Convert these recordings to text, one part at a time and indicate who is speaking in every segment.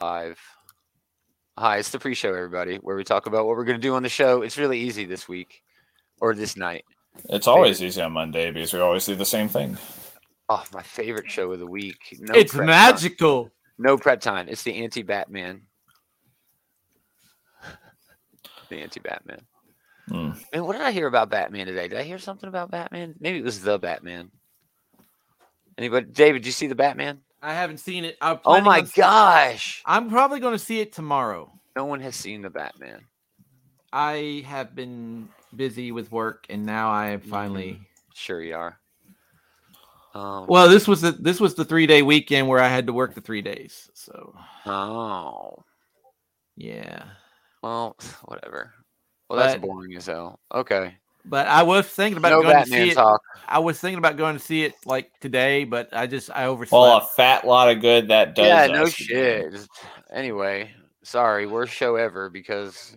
Speaker 1: Live. Hi, it's the pre show, everybody, where we talk about what we're going to do on the show. It's really easy this week or this night.
Speaker 2: It's always easy on Monday because we always do the same thing.
Speaker 1: Oh, my favorite show of the week. No
Speaker 3: it's
Speaker 1: prep
Speaker 3: magical.
Speaker 1: time. No prep time. It's the anti Batman. The anti Batman.
Speaker 2: Hmm.
Speaker 1: Man, what did I hear about Batman today? Did I hear something about Batman? Maybe it was the Batman. Anybody, David, did you see the Batman?
Speaker 3: I haven't seen it. I'm
Speaker 1: Oh
Speaker 3: planning
Speaker 1: my
Speaker 3: on-
Speaker 1: gosh.
Speaker 3: I'm probably going to see it tomorrow.
Speaker 1: No one has seen the Batman.
Speaker 3: I have been busy with work, and now I
Speaker 1: Mm-hmm.
Speaker 3: am finally.
Speaker 1: Sure, you are. Um,
Speaker 3: Well, this was the this was the three day weekend where I had to work the three days. So
Speaker 1: Oh,
Speaker 3: yeah,
Speaker 1: well, whatever. Well, that's
Speaker 3: But-
Speaker 1: boring as hell. Okay.
Speaker 3: but I was thinking about
Speaker 1: no
Speaker 3: going to
Speaker 1: Batman
Speaker 3: see
Speaker 1: talk.
Speaker 3: it. I was thinking about going to see it like today, but I just I overslept.
Speaker 2: Well, a fat lot of good that does.
Speaker 1: Yeah, no
Speaker 2: us to do.
Speaker 1: shit. Anyway, sorry, worst show ever because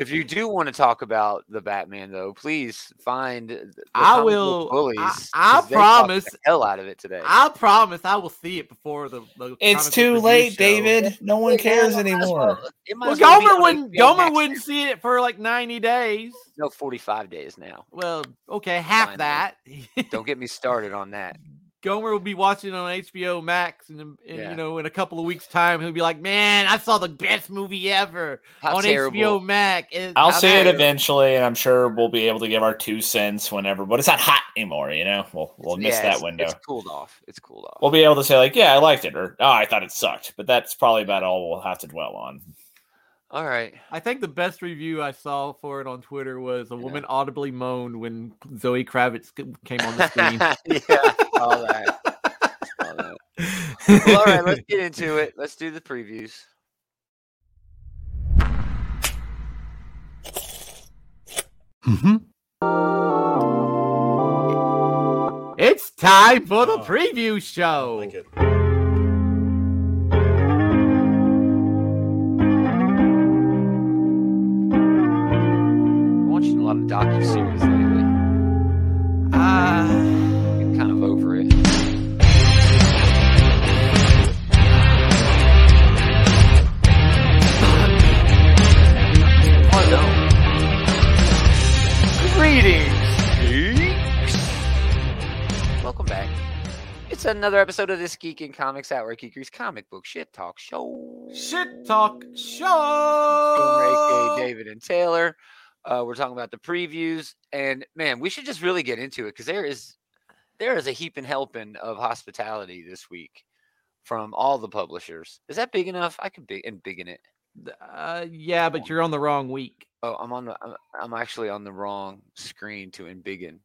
Speaker 1: if you do want to talk about the Batman though, please find the
Speaker 3: I
Speaker 1: comic book
Speaker 3: will- I-
Speaker 1: bullies.
Speaker 3: I
Speaker 1: 'cause they talked
Speaker 3: promise-
Speaker 1: the hell out of it today.
Speaker 3: I promise I will see it before the. the comic
Speaker 2: It's
Speaker 3: book
Speaker 2: too
Speaker 3: review
Speaker 2: late,
Speaker 3: show.
Speaker 2: David. No one cares
Speaker 1: Yeah, might as
Speaker 2: anymore.
Speaker 1: well- it might
Speaker 3: Well,
Speaker 1: as well be
Speaker 3: Gomer
Speaker 1: on
Speaker 3: wouldn't.
Speaker 1: HBO
Speaker 3: Gomer
Speaker 1: Max.
Speaker 3: wouldn't see it for like ninety days.
Speaker 1: No, forty-five days now.
Speaker 3: Well, okay, half
Speaker 1: Fine,
Speaker 3: that.
Speaker 1: Don't get me started on that.
Speaker 3: Gomer will be watching it on HBO Max, and, and
Speaker 1: Yeah.
Speaker 3: you know, in a couple of weeks' time, he'll be like, "Man, I saw the best movie ever
Speaker 1: How
Speaker 3: on
Speaker 1: terrible!
Speaker 3: HBO Max." It-
Speaker 2: I'll
Speaker 3: how
Speaker 2: see it
Speaker 3: bad-
Speaker 2: eventually, and I'm sure we'll be able to give our two cents whenever. But it's not hot anymore, you know. We'll we'll miss
Speaker 1: Yeah,
Speaker 2: that
Speaker 1: it's-
Speaker 2: window.
Speaker 1: It's cooled off. It's cooled off.
Speaker 2: We'll be able to say like, yeah, I liked it, or oh, I thought it sucked. But that's probably about all we'll have to dwell on.
Speaker 1: All right.
Speaker 3: I think the best review I saw for it on Twitter was a
Speaker 1: Yeah.
Speaker 3: woman audibly moaned when Zoe Kravitz c- came on the screen.
Speaker 1: yeah, all that. All that. Well, all right, let's get into it. Let's do the previews.
Speaker 3: It's time for the
Speaker 4: Oh.
Speaker 3: preview show.
Speaker 4: Like it.
Speaker 1: I'm watching a lot of docu series lately.
Speaker 3: Ah.
Speaker 1: I'm kind of over it. Oh, no. Oh, Greetings, geeks. Welcome back. It's another episode of this Geek and Comics Hour, Geekery's comic book shit talk show.
Speaker 3: Shit talk
Speaker 1: Boomer,
Speaker 3: show.
Speaker 1: aka David and Taylor. Uh, we're talking about the previews, and man, we should just really get into it because there is there is a heap and helping of hospitality this week from all the publishers. Is that big enough? I could big and bigging it.
Speaker 3: Uh, yeah, but you're on the wrong week.
Speaker 1: Oh, I'm on the I'm, I'm actually on the wrong screen to embiggen.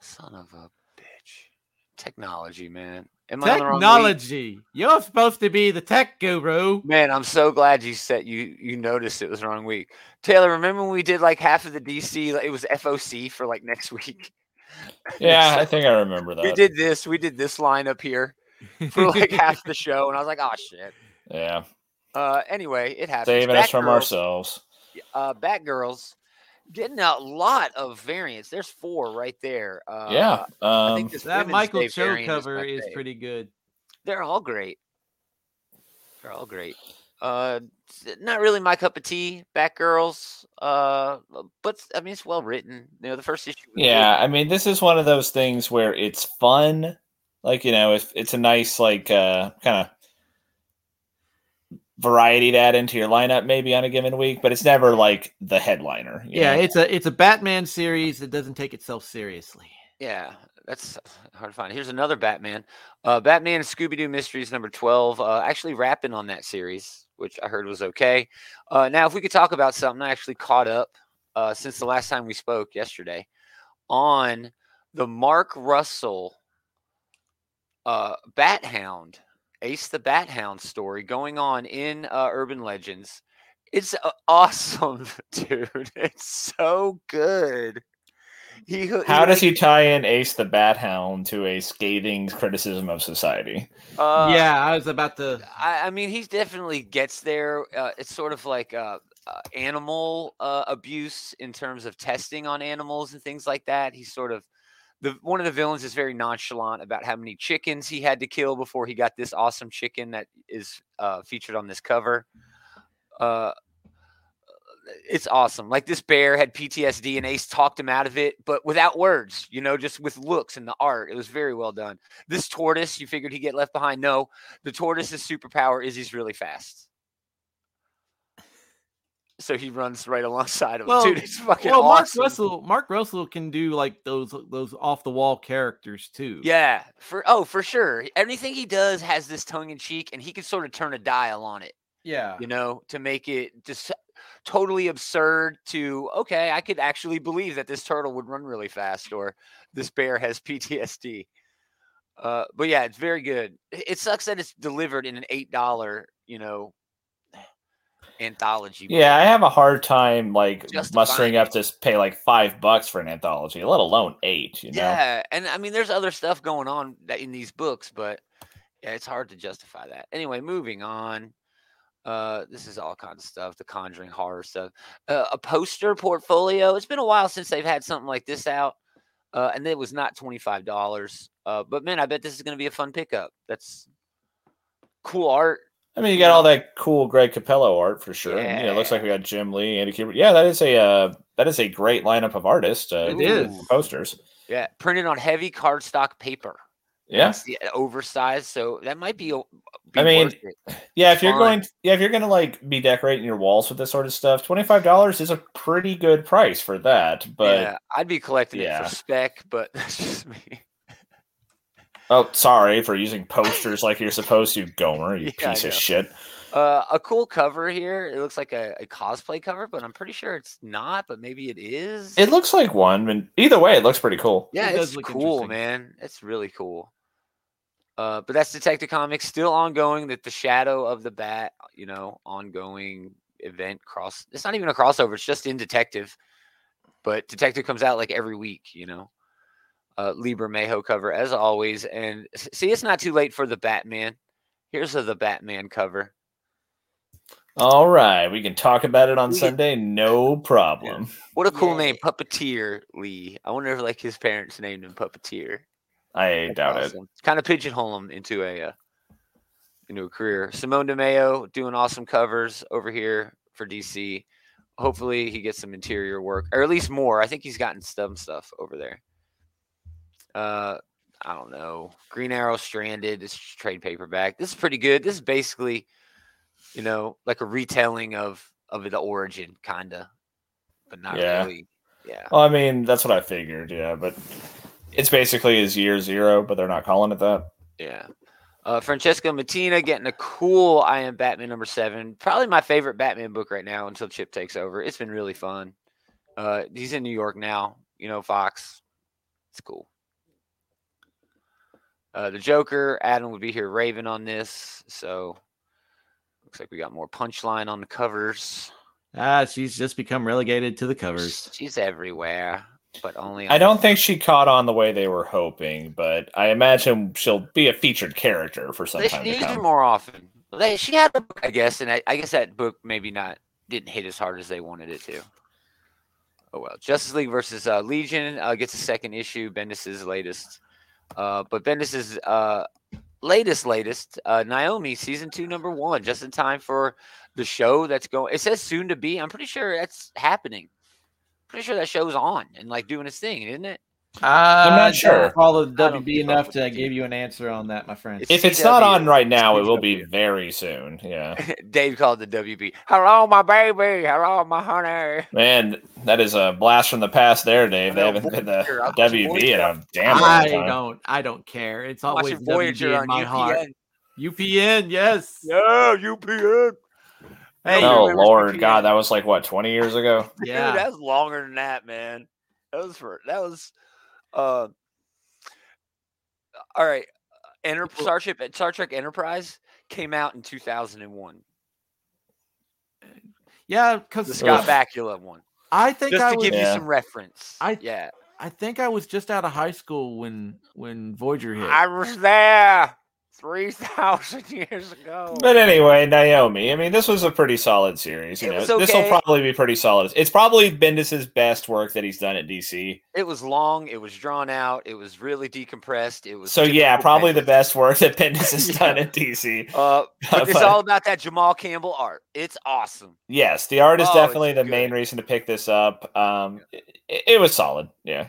Speaker 1: Son of a bitch. Technology, man. Am I on the wrong week?
Speaker 3: Technology. You're supposed to be the tech guru.
Speaker 1: Man, I'm so glad you said you you noticed it was the wrong week. Taylor, remember when we did like half of the DC? like, It was FOC for like next week.
Speaker 2: Yeah, I think I remember
Speaker 1: we
Speaker 2: that.
Speaker 1: did this. We did this line up here for like half the show, and I was like, "Oh shit."
Speaker 2: Yeah,
Speaker 1: Uh, anyway, it happens.
Speaker 2: saving us from
Speaker 1: Batgirl-
Speaker 2: ourselves.
Speaker 1: Uh, Batgirls getting a lot of variants. There's four right there. Uh,
Speaker 2: yeah,
Speaker 1: I
Speaker 2: um,
Speaker 1: think this
Speaker 3: that
Speaker 1: Women's
Speaker 3: Michael
Speaker 1: Day
Speaker 3: Cho
Speaker 1: variant
Speaker 3: cover
Speaker 1: my
Speaker 3: is
Speaker 1: fave.
Speaker 3: pretty good.
Speaker 1: They're all great. They're all great. Uh, s- not really my cup of tea, Batgirls. Uh, but s- I mean, it's well written. You know, the first issue. was good.
Speaker 2: yeah. I mean, this is one of those things where it's fun. Like you know, if it's a nice like uh, kind of variety to add into your lineup maybe on a given week, but it's never like the headliner. you
Speaker 3: Yeah,
Speaker 2: know?
Speaker 3: it's a it's a Batman series that doesn't take itself seriously.
Speaker 1: Yeah, that's hard to find. Here's another Batman. Uh, Batman and Scooby Doo Mysteries number 12. Uh, actually, rapping on that series, which I heard was okay. Uh, now, if we could talk about something, I actually caught up uh, since the last time we spoke yesterday on the Mark Russell uh, Bat Hound, Ace the Bat Hound story going on in uh, Urban Legends. It's uh, awesome, dude. It's so good. He, ho-
Speaker 2: How
Speaker 1: like-
Speaker 2: does he tie in Ace the Bat Hound to a scathing criticism of society?
Speaker 1: Uh,
Speaker 3: yeah, I was about to.
Speaker 1: I, I mean, he definitely gets there. Uh, it's sort of like uh, uh, animal uh, abuse in terms of testing on animals and things like that. He's sort of the one of the villains is very nonchalant about how many chickens he had to kill before he got this awesome chicken that is uh, featured on this cover. Uh, it's awesome. Like this bear had PTSD and Ace talked him out of it, but without words, you know, just with looks and the art. It was very well done. This tortoise, you figured he'd get left behind. No, the tortoise's superpower is he's really fast. So he runs right alongside him.
Speaker 3: Well-
Speaker 1: Dude, it's fucking
Speaker 3: well, Mark
Speaker 1: awesome.
Speaker 3: Russell, Mark Russell can do like those those off the wall characters too.
Speaker 1: Yeah, for oh, for sure. Everything he does has this tongue in cheek, and he can sort of turn a dial on it.
Speaker 3: yeah.
Speaker 1: you know, to make it just totally absurd to okay, I could actually believe that this turtle would run really fast or this bear has PTSD. Uh, but yeah, it's very good. It it sucks that it's delivered in an eight dollar, you know, anthology. but
Speaker 2: Yeah, I have a hard time like
Speaker 1: Justifying
Speaker 2: mustering up
Speaker 1: it.
Speaker 2: to s- pay like five bucks for an anthology, let alone eight. You know,
Speaker 1: yeah, and I mean, there's other stuff going on that- in these books, but yeah, it's hard to justify that. Anyway, moving on. Uh, this is all kinds of stuff, the Conjuring horror stuff. Uh, a poster portfolio. It's been a while since they've had something like this out, uh, and it was not twenty five dollars. Uh, but man, I bet this is going to be a fun pickup. That's cool art.
Speaker 2: I mean, you got all that cool Greg Capello art for sure. And, you know, it looks
Speaker 1: Yeah.
Speaker 2: like we got Jim Lee, Andy Kubert. Yeah, that is a uh, that is a great lineup of artists. Uh,
Speaker 3: It is.
Speaker 1: Ooh.
Speaker 2: posters.
Speaker 1: Yeah, printed on heavy cardstock paper.
Speaker 2: Yeah,
Speaker 1: That's the oversized, so that might be. a- be
Speaker 2: I mean,
Speaker 1: worth it.
Speaker 2: yeah. If you're
Speaker 1: fun.
Speaker 2: going, yeah, if you're going to like be decorating your walls with this sort of stuff, twenty five dollars is a pretty good price for that. But
Speaker 1: yeah, I'd be collecting it
Speaker 2: yeah.
Speaker 1: for spec, but that's just me.
Speaker 2: oh, sorry for using posters like you're supposed to, Gomer. You
Speaker 1: Yeah, I
Speaker 2: piece of
Speaker 1: know.
Speaker 2: shit.
Speaker 1: Uh, a cool cover here. It looks like a, a cosplay cover, but I'm pretty sure it's not. But maybe it is.
Speaker 2: It looks like one, and either way, it looks pretty cool.
Speaker 1: yeah,
Speaker 3: it does
Speaker 1: it's
Speaker 3: look
Speaker 1: cool,
Speaker 3: interesting.
Speaker 1: man. It's really cool. Uh, but that's Detective Comics still ongoing. That the Shadow of the Bat, you know, ongoing event cross. It's not even a crossover. It's just in Detective, but Detective comes out like every week, you know. Uh, Libra Mayho cover as always, and s- see, it's not too late for the Batman. Here's a, the Batman cover.
Speaker 2: All right, we can talk about it on
Speaker 1: We can-
Speaker 2: Sunday, no problem.
Speaker 1: What a cool name,
Speaker 4: Yay.
Speaker 1: Puppeteer Lee. I wonder if like his parents named him Puppeteer.
Speaker 2: I doubt it.
Speaker 1: Kind of pigeonhole him into a uh, into a career. Simone DeMeo doing awesome covers over here for DC. Hopefully he gets some interior work, or at least more. I think he's gotten some stuff over there. Uh, I don't know. Green Arrow Stranded. It's just trade paperback. This is pretty good. This is basically, you know, like a retelling of of the origin, kinda, but not
Speaker 2: Yeah.
Speaker 1: really. Yeah.
Speaker 2: Well, I mean, that's what I figured, yeah, but it's basically his year zero, but they're not calling it that.
Speaker 1: Yeah. Uh, Francesca Mattina getting a cool I Am Batman number seven. Probably my favorite Batman book right now until Chip takes over. It's been really fun. Uh, he's in New York now, you know, Fox. It's cool. Uh, the Joker, Adam would be here raving on this. So looks like we got more punchline on the covers.
Speaker 3: Ah, she's just become relegated to the covers.
Speaker 1: She's everywhere, but only. on
Speaker 2: I
Speaker 1: the
Speaker 2: don't think she caught on the way they were hoping, but I imagine she'll be a featured character for some
Speaker 1: They
Speaker 2: time
Speaker 1: should
Speaker 2: to
Speaker 1: use her
Speaker 2: come.
Speaker 1: more often. They, she had a book, I guess, and I, I guess that book maybe not didn't hit as hard as they wanted it to. Oh well, Justice League versus uh, Legion uh, gets a second issue, Bendis's latest. Uh, but Bendis's uh, latest, latest uh, Naomi season two, number one, just in time for the show that's going. It says soon to be. I'm pretty sure that's happening. Pretty sure that show's on and like doing its thing, isn't it?
Speaker 3: I'm
Speaker 2: not sure.
Speaker 3: Follow
Speaker 1: Uh, don't
Speaker 3: WB
Speaker 1: keep up
Speaker 3: enough
Speaker 1: with
Speaker 3: to
Speaker 1: it.
Speaker 3: give you an answer on that, my friend.
Speaker 1: It's-
Speaker 2: If it's not on
Speaker 1: CW.
Speaker 2: right now, it will be very soon. Yeah.
Speaker 1: Dave called the WB. Hello, my baby. Hello, my honey.
Speaker 2: Man, that is a blast from the past there, Dave. They
Speaker 1: know,
Speaker 2: haven't been the
Speaker 1: Voyager, I watch
Speaker 2: WB in
Speaker 1: Voyager.
Speaker 2: a damn long
Speaker 3: I
Speaker 2: time.
Speaker 3: don't. I don't care. It's always
Speaker 1: Watching
Speaker 3: Voyager
Speaker 1: Voyager
Speaker 3: WB
Speaker 1: on
Speaker 3: in my heart.
Speaker 1: UPN.
Speaker 3: UPN, yes.
Speaker 1: Yeah, UPN.
Speaker 3: Hey,
Speaker 1: you
Speaker 2: Oh,
Speaker 1: remember
Speaker 2: Lord.
Speaker 1: Spooky
Speaker 2: God,
Speaker 1: Ann?
Speaker 2: that was like, what, 20 years ago?
Speaker 3: yeah.
Speaker 1: Dude, that was longer than that, man. That was for that was uh all right. Enter
Speaker 3: Well-
Speaker 1: Starship Star Trek Enterprise came out in two thousand and one.
Speaker 3: yeah,
Speaker 1: The
Speaker 3: because
Speaker 1: Scott
Speaker 2: Oof.
Speaker 1: Bakula one.
Speaker 3: I think
Speaker 1: Just
Speaker 3: I
Speaker 1: to
Speaker 3: was.
Speaker 1: give you
Speaker 2: Yeah.
Speaker 1: some reference.
Speaker 3: I-
Speaker 1: yeah.
Speaker 3: I think I was just out of high school when when Voyager hit.
Speaker 1: I was there. three thousand years ago.
Speaker 2: But anyway, Naomi. I mean, this was a pretty solid series. You
Speaker 1: It
Speaker 2: know,
Speaker 1: was
Speaker 2: this will
Speaker 1: okay.
Speaker 2: probably be pretty solid. It's probably Bendis's best work that he's done at DC.
Speaker 1: It was long. It was drawn out. It was really decompressed. It was
Speaker 2: So yeah,
Speaker 1: difficult
Speaker 2: probably the
Speaker 1: pages.
Speaker 2: best work that Bendis has
Speaker 1: Yeah.
Speaker 2: done at DC.
Speaker 1: Uh, but it's
Speaker 2: But-
Speaker 1: all about that Jamal Campbell art. It's awesome.
Speaker 2: Yes, the art is
Speaker 1: Oh, it's
Speaker 2: definitely the main
Speaker 1: good.
Speaker 2: reason to pick this up. Um, it, it was solid. Yeah.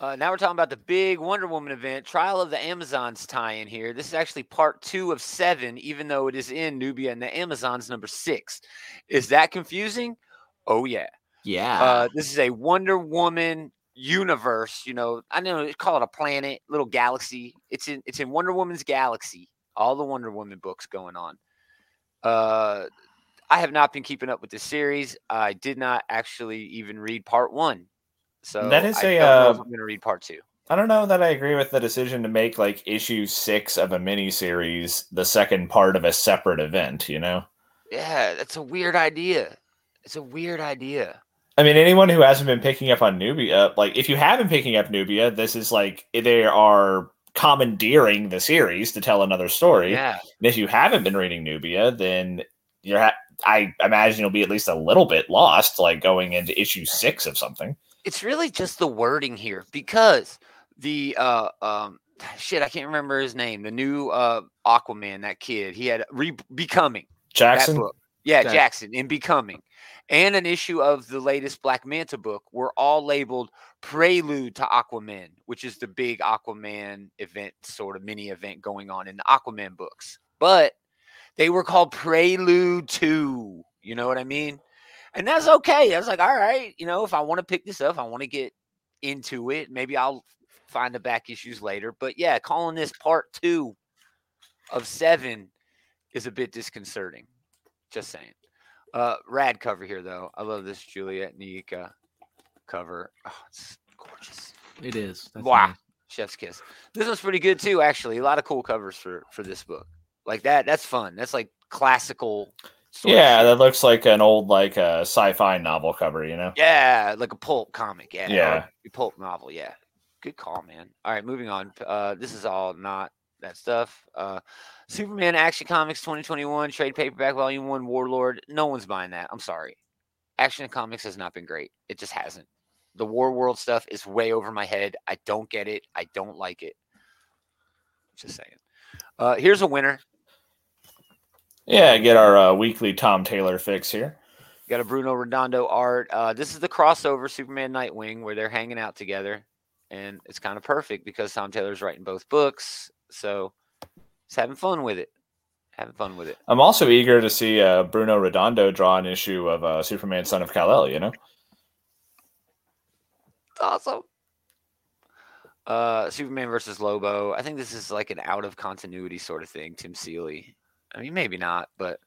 Speaker 1: Uh, now we're talking about the big Wonder Woman event, Trial of the Amazons tie-in here. This is actually part two of seven, even though it is in Nubia and the Amazons number six. Is that confusing? Oh yeah.
Speaker 3: Yeah.
Speaker 2: Ah.
Speaker 1: Uh, this is a Wonder Woman universe. You know, I know they call it a planet, little galaxy. It's in it's in Wonder Woman's galaxy. All the Wonder Woman books going on. Uh, I have not been keeping up with the series. I did not actually even read part one. So
Speaker 2: That is
Speaker 1: I
Speaker 2: a,
Speaker 1: don't know if
Speaker 2: uh,
Speaker 1: I'm going to read part two.
Speaker 2: I don't know that I agree with the decision to make like issue six of a miniseries the second part of a separate event. You know,
Speaker 1: Yeah, that's a weird idea. It's a weird idea.
Speaker 2: I mean, anyone who hasn't been picking up on Nubia, like if you have been picking up Nubia, this is like they are commandeering the series to tell another story.
Speaker 1: Yeah.
Speaker 2: And if you haven't been reading Nubia, then you're. Ha- I imagine you'll be at least a little bit lost, like going into issue six of something.
Speaker 1: it's really just the wording here because the uh um shit I can't remember his name the new uh Aquaman that kid he had re- becoming that
Speaker 2: Jackson,
Speaker 1: book yeah
Speaker 3: Jack-
Speaker 1: Jackson in becoming and an issue of the latest Black Manta book were all labeled prelude to Aquaman which is the big Aquaman event sort of mini event going on in the Aquaman books but they were called prelude to you know what I mean and that's okay. I was like, all right, you know, if I want to pick this up, I want to get into it. Maybe I'll find the back issues later. But yeah, calling this part two of seven is a bit disconcerting. Just saying. Uh, rad cover here though. I love this Juliet Nika cover. Oh, it's gorgeous.
Speaker 3: it is. That's
Speaker 1: Wow.
Speaker 3: nice.
Speaker 1: Chef's kiss. This one's pretty good too, actually. A lot of cool covers for for this book. Like that. That's fun. That's like classical. sort of
Speaker 2: yeah,
Speaker 1: shit.
Speaker 2: that looks like an old like uh, sci-fi novel cover. You know,
Speaker 1: Yeah, like a pulp comic. Yeah. or
Speaker 2: Yeah.
Speaker 1: a pulp novel. Yeah. Good call, man. All right, moving on. Uh, this is all not that stuff. Uh, Superman Action Comics 2021 trade paperback volume one Warlord. No one's buying that. I'm sorry. Action Comics has not been great. It just hasn't. The War World stuff is way over my head. I don't get it. I don't like it. Just saying. Uh, here's a winner.
Speaker 2: yeah. Get our uh, weekly Tom Taylor fix here.
Speaker 1: Got a Bruno Redondo art. Uh, this is the crossover Superman Nightwing where they're hanging out together, and it's kind of perfect because Tom Taylor's writing both books, so it's having fun with it. Having fun with it.
Speaker 2: I'm also eager to see uh, Bruno Redondo draw an issue of uh, Superman, Son of Kal El. You know,
Speaker 1: It's awesome. Uh, Superman versus Lobo. I think this is like an out of continuity sort of thing. Tim Seeley. I mean, maybe not, but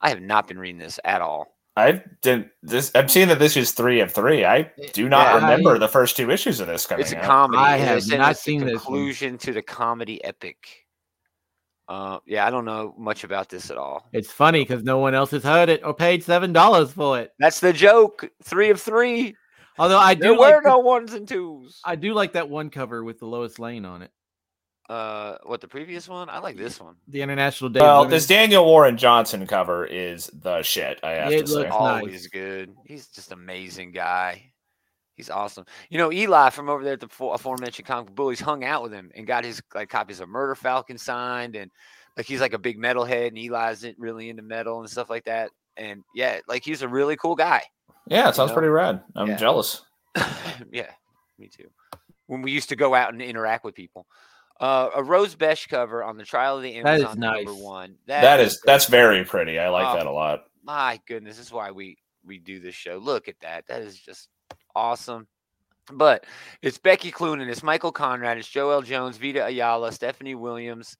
Speaker 1: I have not been reading this at all.
Speaker 2: I didn't. This I'm seeing that this is three of three. I do not
Speaker 3: Yeah, I-
Speaker 2: remember the first two issues of this coming
Speaker 1: It's a
Speaker 2: out.
Speaker 1: comedy.
Speaker 3: I
Speaker 1: As
Speaker 3: have
Speaker 1: said,
Speaker 3: not
Speaker 1: it's the
Speaker 3: seen this one.
Speaker 1: conclusion to the comedy epic. Uh, yeah, I don't know much about this at all.
Speaker 3: It's funny because no one else has heard it or paid seven dollars for it.
Speaker 1: That's the joke. Three of three.
Speaker 3: Although I
Speaker 1: There
Speaker 3: do
Speaker 1: were
Speaker 3: like the-
Speaker 1: no ones and twos.
Speaker 3: I do like that one cover with the Lois Lane on it.
Speaker 1: Uh, what the previous one? I like this one.
Speaker 3: The International Day. of
Speaker 2: well,
Speaker 3: Women.
Speaker 2: this Daniel Warren Johnson cover is the shit. I have
Speaker 3: Yeah,
Speaker 2: to
Speaker 3: it
Speaker 2: say.
Speaker 3: looks- nice.
Speaker 1: Always good. He's just amazing guy. He's awesome. You know, Eli from over there at the fo- aforementioned comic Book bullies hung out with him and got his like copies of Murder Falcon signed, and like he's like a big metalhead, and Eli's in- really into metal and stuff like that. And yeah, like he's a really cool guy.
Speaker 2: Yeah, it sounds
Speaker 1: know?
Speaker 2: pretty rad. I'm
Speaker 1: Yeah.
Speaker 2: jealous.
Speaker 1: yeah, me too. When we used to go out and interact with people. Uh, a Rose Besh cover on the trial of the
Speaker 3: That is
Speaker 1: Amazon number
Speaker 3: nice.
Speaker 1: one.
Speaker 2: that is that's very pretty. I like
Speaker 1: Wow.
Speaker 2: that a lot.
Speaker 1: my goodness, this is why we we do this show. Look at that. That is just awesome. But it's Becky Cloonan, it's Michael Conrad, it's Joel Jones, Vita Ayala, Stephanie Williams.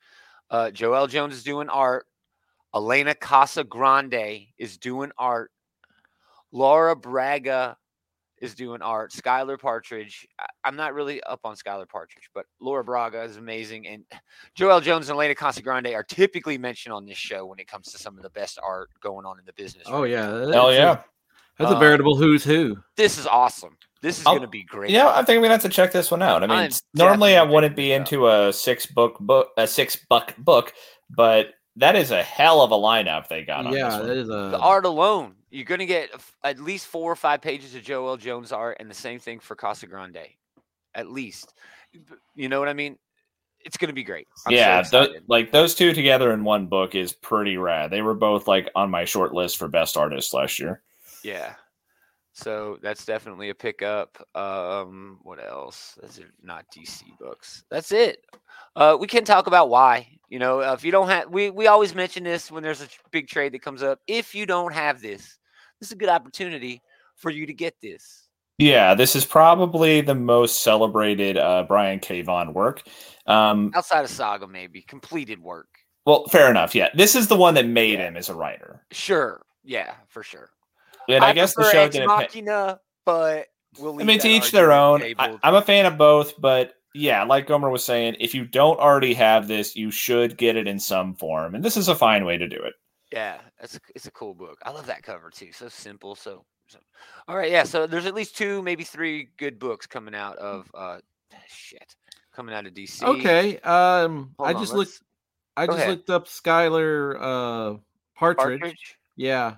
Speaker 1: Uh, Joel Jones is doing art. Elena Casa Grande is doing art. Laura Braga is doing art. Skylar Partridge. I, I'm not really up on Skylar Partridge, but Laura Braga is amazing. And Joel Jones and Elena Casagrande are typically mentioned on this show when it comes to some of the best art going on in the business.
Speaker 3: Oh
Speaker 1: right
Speaker 3: yeah.
Speaker 1: now.
Speaker 3: that-
Speaker 2: Hell
Speaker 3: it's a-
Speaker 2: yeah.
Speaker 3: That's a
Speaker 1: Uh,
Speaker 3: veritable who's who.
Speaker 1: This is awesome. This is
Speaker 2: I'll-
Speaker 1: going to be great.
Speaker 2: You know, I think we have to check this one out. I mean,
Speaker 1: I'm
Speaker 2: normally I
Speaker 1: definitely
Speaker 2: wouldn't
Speaker 1: checking
Speaker 2: be
Speaker 1: it out.
Speaker 2: into a six book book, a six buck book, but that is a hell of a lineup they got. On
Speaker 3: Yeah,
Speaker 2: this
Speaker 3: that
Speaker 2: one.
Speaker 3: is a
Speaker 1: the art alone, you're going to get f- at least four or five pages of Joel Jones art, and the same thing for Casa Grande, at least. B- You know what I mean? It's going to be great. I'm so
Speaker 2: yeah, tho-
Speaker 1: excited.
Speaker 2: like those two together in one book is pretty rad. They were both like on my short list for best artists last year.
Speaker 1: Yeah. So that's definitely a pickup. Um, what else? Those are not DC books. That's it. Uh, we can talk about why. You know, uh, if you don't have, we we always mention this when there's a tr- big trade that comes up. If you don't have this, this is a good opportunity for you to get this.
Speaker 2: Yeah, this is probably the most celebrated uh, Brian K. Vaughan work. Um,
Speaker 1: Outside of Saga, maybe completed work.
Speaker 2: well, fair enough. Yeah, this is the one that made
Speaker 1: Yeah.
Speaker 2: him as a witer,
Speaker 1: Sure. Yeah, for sure.
Speaker 2: and I, guess the
Speaker 1: prefer
Speaker 2: show
Speaker 1: Ex
Speaker 2: didn't. pay-
Speaker 1: Machina, but we'll.
Speaker 2: I
Speaker 1: leave
Speaker 2: mean,
Speaker 1: that
Speaker 2: to each their own.
Speaker 1: argument
Speaker 2: I,
Speaker 1: table.
Speaker 2: I'm a fan of both, but yeah, like Gomer was saying, if you don't already have this, you should get it in some form, and this is a fine way to do it.
Speaker 1: Yeah, it's a, it's a cool book. I love that cover too. So simple. So, so, all right. Yeah. So there's at least two, maybe three good books coming out
Speaker 3: Mm.
Speaker 1: of uh, shit, coming out of DC.
Speaker 3: okay. Um,
Speaker 1: Hold
Speaker 3: I
Speaker 1: on, let's-
Speaker 3: just looked. I
Speaker 1: go
Speaker 3: just
Speaker 1: ahead.
Speaker 3: looked up Skylar uh, Partridge.
Speaker 1: Partridge
Speaker 3: Yeah,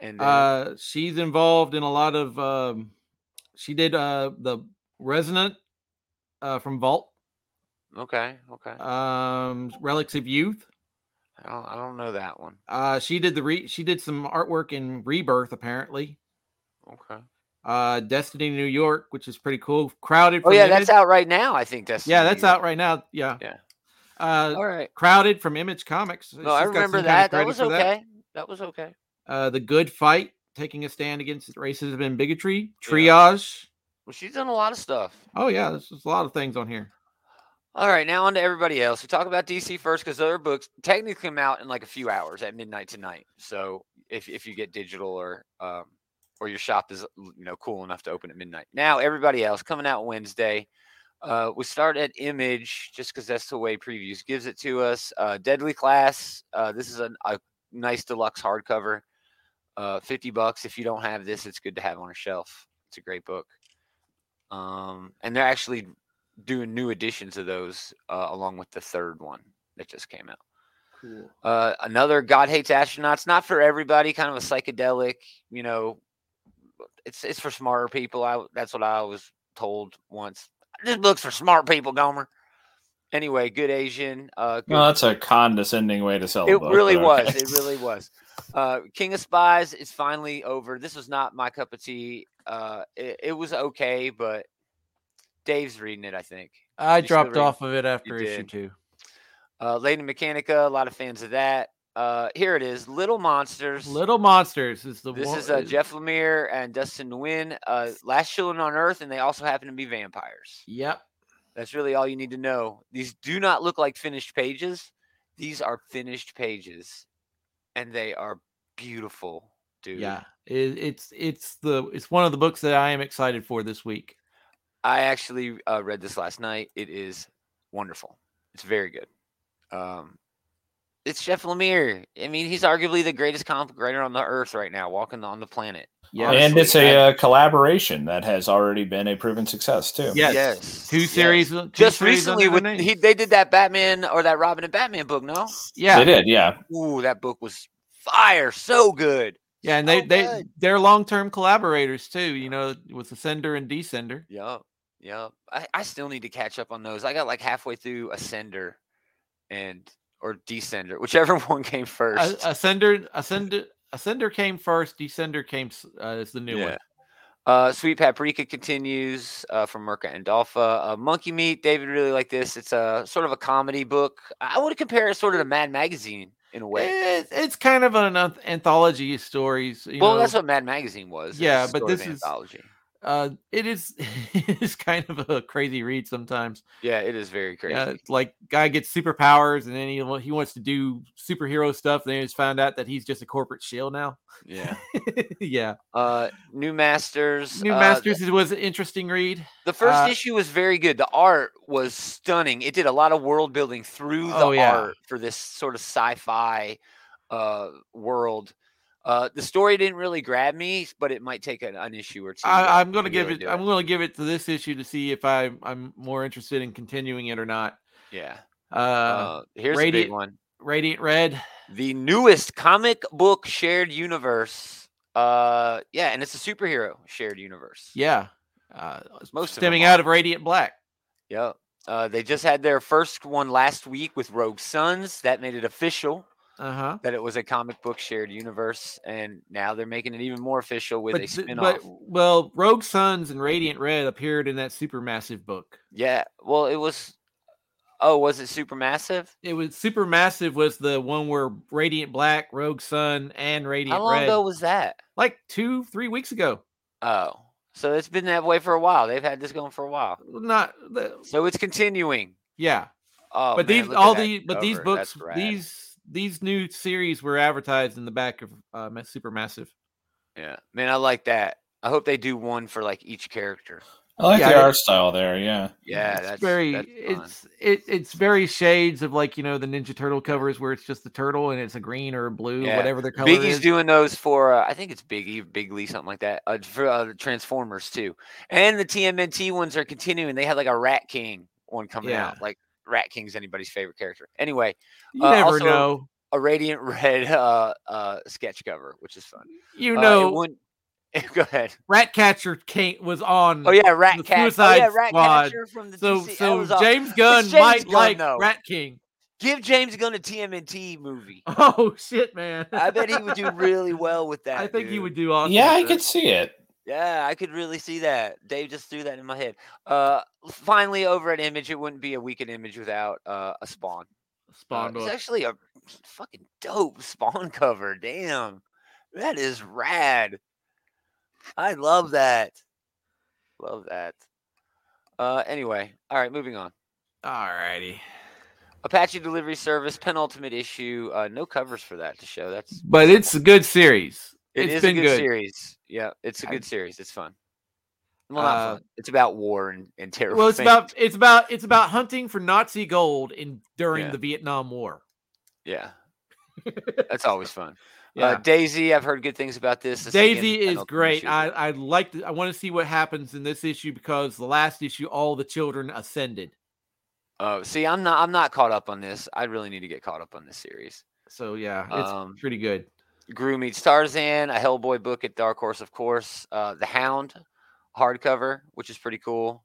Speaker 1: and then,
Speaker 3: uh, she's involved in a lot of. Um, she did uh, the Resonant uh, from Vault,
Speaker 1: okay, okay.
Speaker 3: um, Relics of Youth.
Speaker 1: I don't, I don't know that one.
Speaker 3: Uh, she did the re- she did some artwork in Rebirth apparently.
Speaker 1: Okay.
Speaker 3: Uh, Destiny New York, which is pretty cool. Crowded.
Speaker 1: Oh
Speaker 3: from
Speaker 1: yeah, that's
Speaker 3: Image-
Speaker 1: out right now. I think that's
Speaker 3: Yeah, that's out right now. Yeah.
Speaker 1: Yeah.
Speaker 3: Uh,
Speaker 1: All right.
Speaker 3: Crowded from Image Comics.
Speaker 1: No, I
Speaker 3: She's got
Speaker 1: remember
Speaker 3: some kind
Speaker 1: that. That
Speaker 3: of credit
Speaker 1: was
Speaker 3: for
Speaker 1: okay. That. was okay.
Speaker 3: Uh, the Good Fight, taking a stand against racism and bigotry. Triage.
Speaker 1: Well, she's done a lot of stuff.
Speaker 3: Oh yeah, there's, there's a lot of things on here.
Speaker 1: All right, now on to everybody else. We talk about DC first because their books technically come out in like a few hours at midnight tonight. So if if you get digital or um, or your shop is l- you know cool enough to open at midnight. Now everybody else coming out Wednesday. Uh, we start at Image just because that's the way previews gives it to us. Uh, Deadly Class. Uh, this is a, a nice deluxe hardcover. Uh, Fifty bucks. If you don't have this, it's good to have on a shelf. It's a great book. Um, and they're actually doing new editions of those uh, along with the third one that just came out.
Speaker 3: Cool.
Speaker 1: Uh, another God Hates Astronauts, not for everybody, kind of a psychedelic, you know, it's it's for smarter people. I that's what I was told once. This book's for smart people, Gomer. Anyway, good Asian. Uh, good
Speaker 2: Well, that's a condescending way to sell. a
Speaker 1: it
Speaker 2: book,
Speaker 1: really
Speaker 2: but
Speaker 1: was.
Speaker 2: okay.
Speaker 1: It really was. Uh, King of Spies is finally over. This was not my cup of tea. Uh, it, it was okay, but Dave's reading it. I think.
Speaker 3: I
Speaker 1: You still
Speaker 3: dropped
Speaker 1: read-
Speaker 3: off of it after issue
Speaker 1: did.
Speaker 3: two.
Speaker 1: Uh, Lady Mechanica, a lot of fans of that. Uh, here it is, Little Monsters.
Speaker 3: Little Monsters is the
Speaker 1: this
Speaker 3: one.
Speaker 1: is uh, Jeff Lemire and Dustin Nguyen, uh, last children on Earth, and they also happen to be vampires.
Speaker 3: Yep.
Speaker 1: That's really all you need to know. These do not look like finished pages. These are finished pages, and they are beautiful, dude.
Speaker 3: Yeah. It, it's it's the it's one of the books that I am excited for this week.
Speaker 1: I actually uh, read this last night. It is wonderful. It's very good. Um, it's Jeff Lemire. I mean, he's arguably the greatest comic writer on the earth right now, walking on the planet.
Speaker 3: Yeah.
Speaker 2: and
Speaker 1: Honestly,
Speaker 2: it's
Speaker 1: I-
Speaker 2: a uh, collaboration that has already been a proven success too.
Speaker 3: Yes.
Speaker 1: Yes,
Speaker 3: Two
Speaker 1: yes.
Speaker 3: series. two
Speaker 1: Just
Speaker 3: series
Speaker 1: recently,
Speaker 3: under
Speaker 1: with
Speaker 3: their name.
Speaker 1: he they did that Batman or that Robin and Batman book. No,
Speaker 3: yeah.
Speaker 2: they did. Yeah,
Speaker 1: ooh, that book was fire. So good.
Speaker 3: Yeah, and they
Speaker 1: so
Speaker 3: they
Speaker 1: good.
Speaker 3: they're long term collaborators too. You know, with Ascender and Descender.
Speaker 1: Yup, yup. I, I still need to catch up on those. I got like halfway through Ascender, and or Descender, whichever one came
Speaker 3: A-
Speaker 1: first.
Speaker 3: Ascender, Ascender, Ascender came first. Descender came s- uh, is the new one.
Speaker 1: Uh, Sweet Paprika continues uh, from Merca and Dolpha. Uh, Monkey Meat, David really like this. It's a sort of a comedy book. I would compare it sort of to Mad Magazine in a way.
Speaker 3: It's, it's kind of an anth- anthology of stories. Eh, You
Speaker 1: well,
Speaker 3: know.
Speaker 1: that's what Mad Magazine was. It was
Speaker 3: Yeah,
Speaker 1: a
Speaker 3: but
Speaker 1: sort of
Speaker 3: this is-
Speaker 1: anthology.
Speaker 3: uh, it is. it's kind of a crazy read sometimes.
Speaker 1: Yeah, it is very crazy.
Speaker 3: Yeah, it's like guy gets superpowers and then he wa- he wants to do superhero stuff. And then he's found out that he's just a corporate shill now.
Speaker 1: Yeah.
Speaker 3: yeah,
Speaker 1: Uh, New Masters.
Speaker 3: New
Speaker 1: uh,
Speaker 3: Masters is was an interesting read.
Speaker 1: The first
Speaker 3: Uh,
Speaker 1: issue was very good. The art was stunning. It did a lot of world building through the
Speaker 3: Oh, yeah.
Speaker 1: art for this sort of sci-fi uh, world. Uh, the story didn't really grab me, but it might take an, an issue or two.
Speaker 3: I, I'm going to give
Speaker 1: really
Speaker 3: it,
Speaker 1: do
Speaker 3: I'm going to give it to this issue to see if I I'm more interested in continuing it or not.
Speaker 1: yeah.
Speaker 3: Uh,
Speaker 1: Uh, here's a
Speaker 3: Radiant-
Speaker 1: big one.
Speaker 3: Radiant Red.
Speaker 1: the newest comic book shared universe. Uh, yeah, and it's a superhero shared universe.
Speaker 3: Yeah. Uh,
Speaker 1: most of them
Speaker 3: stemming
Speaker 1: are.
Speaker 3: out of Radiant Black.
Speaker 1: Yep. Uh, they just had their first one last week with Rogue Sons. That made it official
Speaker 3: Uh huh.
Speaker 1: that it was a comic book shared universe, and now they're making it even more official with a
Speaker 3: th-
Speaker 1: spinoff.
Speaker 3: well, Rogue Sons and Radiant Red appeared in that supermassive book.
Speaker 1: yeah. Well, it was. Oh, was it Supermassive?
Speaker 3: It was supermassive was the one where Radiant Black, Rogue Sun, and Radiant
Speaker 1: How long
Speaker 3: Red.
Speaker 1: ago was that?
Speaker 3: Like two, three weeks ago.
Speaker 1: Oh, so it's been that way for a while. They've had this going for a while,
Speaker 3: Not the,
Speaker 1: so it's continuing.
Speaker 3: yeah.
Speaker 1: Oh,
Speaker 3: but
Speaker 1: man,
Speaker 3: these
Speaker 1: look at
Speaker 3: all
Speaker 1: that
Speaker 3: the but these
Speaker 1: cover.
Speaker 3: books
Speaker 1: That's rad.
Speaker 3: these these new series were advertised in the back of uh, Ma- Supermassive.
Speaker 1: Yeah, man, I like that. I hope they do one for like each character.
Speaker 2: I like
Speaker 3: Yeah,
Speaker 2: the
Speaker 3: I-
Speaker 2: art style there. Yeah.
Speaker 1: Yeah,
Speaker 3: it's
Speaker 1: that's
Speaker 3: very
Speaker 1: that's fun.
Speaker 3: it's it, it's very shades of like you know the Ninja Turtle covers where it's just the turtle and it's a green or a blue
Speaker 1: Yeah.
Speaker 3: whatever their color
Speaker 1: Biggie's
Speaker 3: is.
Speaker 1: doing those for uh, I think it's Biggie, Bigley, something like that. Uh, for uh, the Transformers too, and the TMNT ones are continuing. They had like a Rat King one coming
Speaker 3: Yeah.
Speaker 1: out. Like Rat King's anybody's favorite character. Anyway,
Speaker 3: you
Speaker 1: uh,
Speaker 3: never
Speaker 1: also-
Speaker 3: know.
Speaker 1: a radiant red uh, uh, sketch cover, which is fun.
Speaker 3: You
Speaker 1: Uh, it
Speaker 3: know,
Speaker 1: wouldn't- go ahead.
Speaker 3: Ratcatcher Kane was on.
Speaker 1: Oh yeah, Rat Cat. Oh,
Speaker 3: Suicide
Speaker 1: yeah, Rat
Speaker 3: Squad.
Speaker 1: Catcher from the
Speaker 3: So
Speaker 1: DC. that
Speaker 3: so
Speaker 1: was awesome.
Speaker 3: James Gunn
Speaker 1: James
Speaker 3: might
Speaker 1: Gunn,
Speaker 3: like
Speaker 1: though.
Speaker 3: Rat King.
Speaker 1: give James Gunn a TMNT movie.
Speaker 3: Oh shit, man!
Speaker 1: I bet he would do really well with that.
Speaker 3: I think he
Speaker 1: dude.
Speaker 3: would do awesome.
Speaker 2: Yeah, I
Speaker 3: with
Speaker 2: could
Speaker 3: that.
Speaker 2: see it.
Speaker 1: Yeah, I could really see that. Dave just threw that in my head. Uh, finally, over at Image, it wouldn't be a weekend Image without uh, a Spawn. Uh,
Speaker 3: Spawn
Speaker 1: it's
Speaker 3: book.
Speaker 1: actually a fucking dope Spawn cover. Damn, that is rad. I love that. Love that. Uh, anyway, all right, moving on.
Speaker 3: Alrighty.
Speaker 1: Apache Delivery Service penultimate issue. Uh, no covers for that to show. That's
Speaker 3: But it's a good series.
Speaker 1: It
Speaker 3: has
Speaker 1: is
Speaker 3: been
Speaker 1: a good,
Speaker 3: good.
Speaker 1: series. Yeah, it's a
Speaker 3: I-
Speaker 1: good series. It's fun. Well, not
Speaker 3: Uh,
Speaker 1: fun. It's about war and, and terror.
Speaker 3: Well, it's
Speaker 1: things.
Speaker 3: about it's about it's about hunting for Nazi gold in during
Speaker 1: Yeah.
Speaker 3: the Vietnam War.
Speaker 1: yeah. That's always fun.
Speaker 3: Yeah.
Speaker 1: Uh, Daisy, I've heard good things about this. This, again,
Speaker 3: Daisy is
Speaker 1: penultimate
Speaker 3: great.
Speaker 1: issue.
Speaker 3: I I like. To, I want to see what happens in this issue because the last issue, all the children ascended.
Speaker 1: oh, see, I'm not. I'm not caught up on this. I really need to get caught up on this series.
Speaker 3: So yeah, it's
Speaker 1: Um,
Speaker 3: pretty good.
Speaker 1: Gru meets Tarzan, a Hellboy book at Dark Horse, of course. Uh, the Hound, hardcover, which is pretty cool.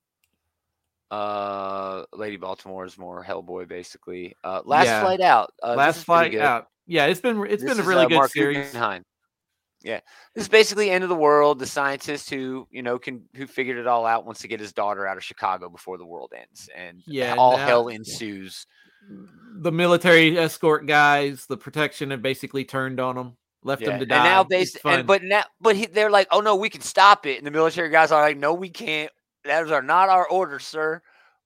Speaker 1: Uh, Lady Baltimore is more Hellboy, basically. Uh, Last
Speaker 3: Yeah.
Speaker 1: Flight Out. Uh, this is
Speaker 3: last
Speaker 1: pretty
Speaker 3: flight
Speaker 1: good.
Speaker 3: out. Yeah, it's been it's
Speaker 1: This
Speaker 3: been a
Speaker 1: is,
Speaker 3: really
Speaker 1: uh,
Speaker 3: good
Speaker 1: Mark
Speaker 3: series.
Speaker 1: Guggenheim. Yeah, this is basically end of the world. The scientist who you know can who figured it all out wants to get his daughter out of Chicago before the world ends, and
Speaker 3: Yeah,
Speaker 1: all
Speaker 3: now-
Speaker 1: hell ensues.
Speaker 3: The military escort guys, the protection, have basically turned on them, left
Speaker 1: Yeah,
Speaker 3: them to
Speaker 1: And
Speaker 3: die.
Speaker 1: now,
Speaker 3: It's
Speaker 1: based,
Speaker 3: fun.
Speaker 1: and, but now, but he, they're like, "Oh no, we can stop it," and the military guys are like, "No, we can't. That is our not our order, sir.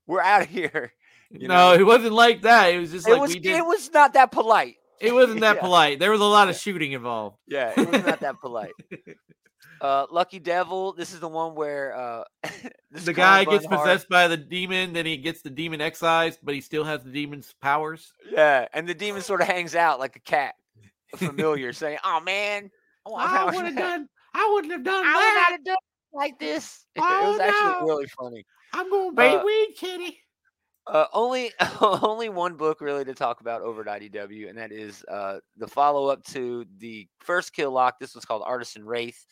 Speaker 1: We're out of here." you
Speaker 3: no,
Speaker 1: know,
Speaker 3: it wasn't like that. It was just
Speaker 1: it
Speaker 3: like
Speaker 1: was
Speaker 3: we did.
Speaker 1: it was not that polite.
Speaker 3: It wasn't that
Speaker 1: Yeah.
Speaker 3: polite. There was a lot of shooting involved.
Speaker 1: Yeah, it was not that polite. Uh, Lucky Devil. This is the one where uh, this
Speaker 3: The
Speaker 1: Colin
Speaker 3: guy gets
Speaker 1: Bunhart-
Speaker 3: possessed by the demon, then he gets the demon excised, but he still has the demon's powers.
Speaker 1: Yeah, and the demon sort of hangs out like a cat, a familiar, saying, "Oh man, I want powers
Speaker 3: would've
Speaker 1: back.
Speaker 3: done. I wouldn't have done
Speaker 1: I would not have done it like this." it
Speaker 3: Oh,
Speaker 1: was actually
Speaker 3: no.
Speaker 1: really funny.
Speaker 3: I'm gonna
Speaker 1: Uh,
Speaker 3: weed, kitty.
Speaker 1: Uh, only only one book really to talk about over at IDW, and that is uh, the follow up to the first Kill Lock. This one's called Artisan Wraith.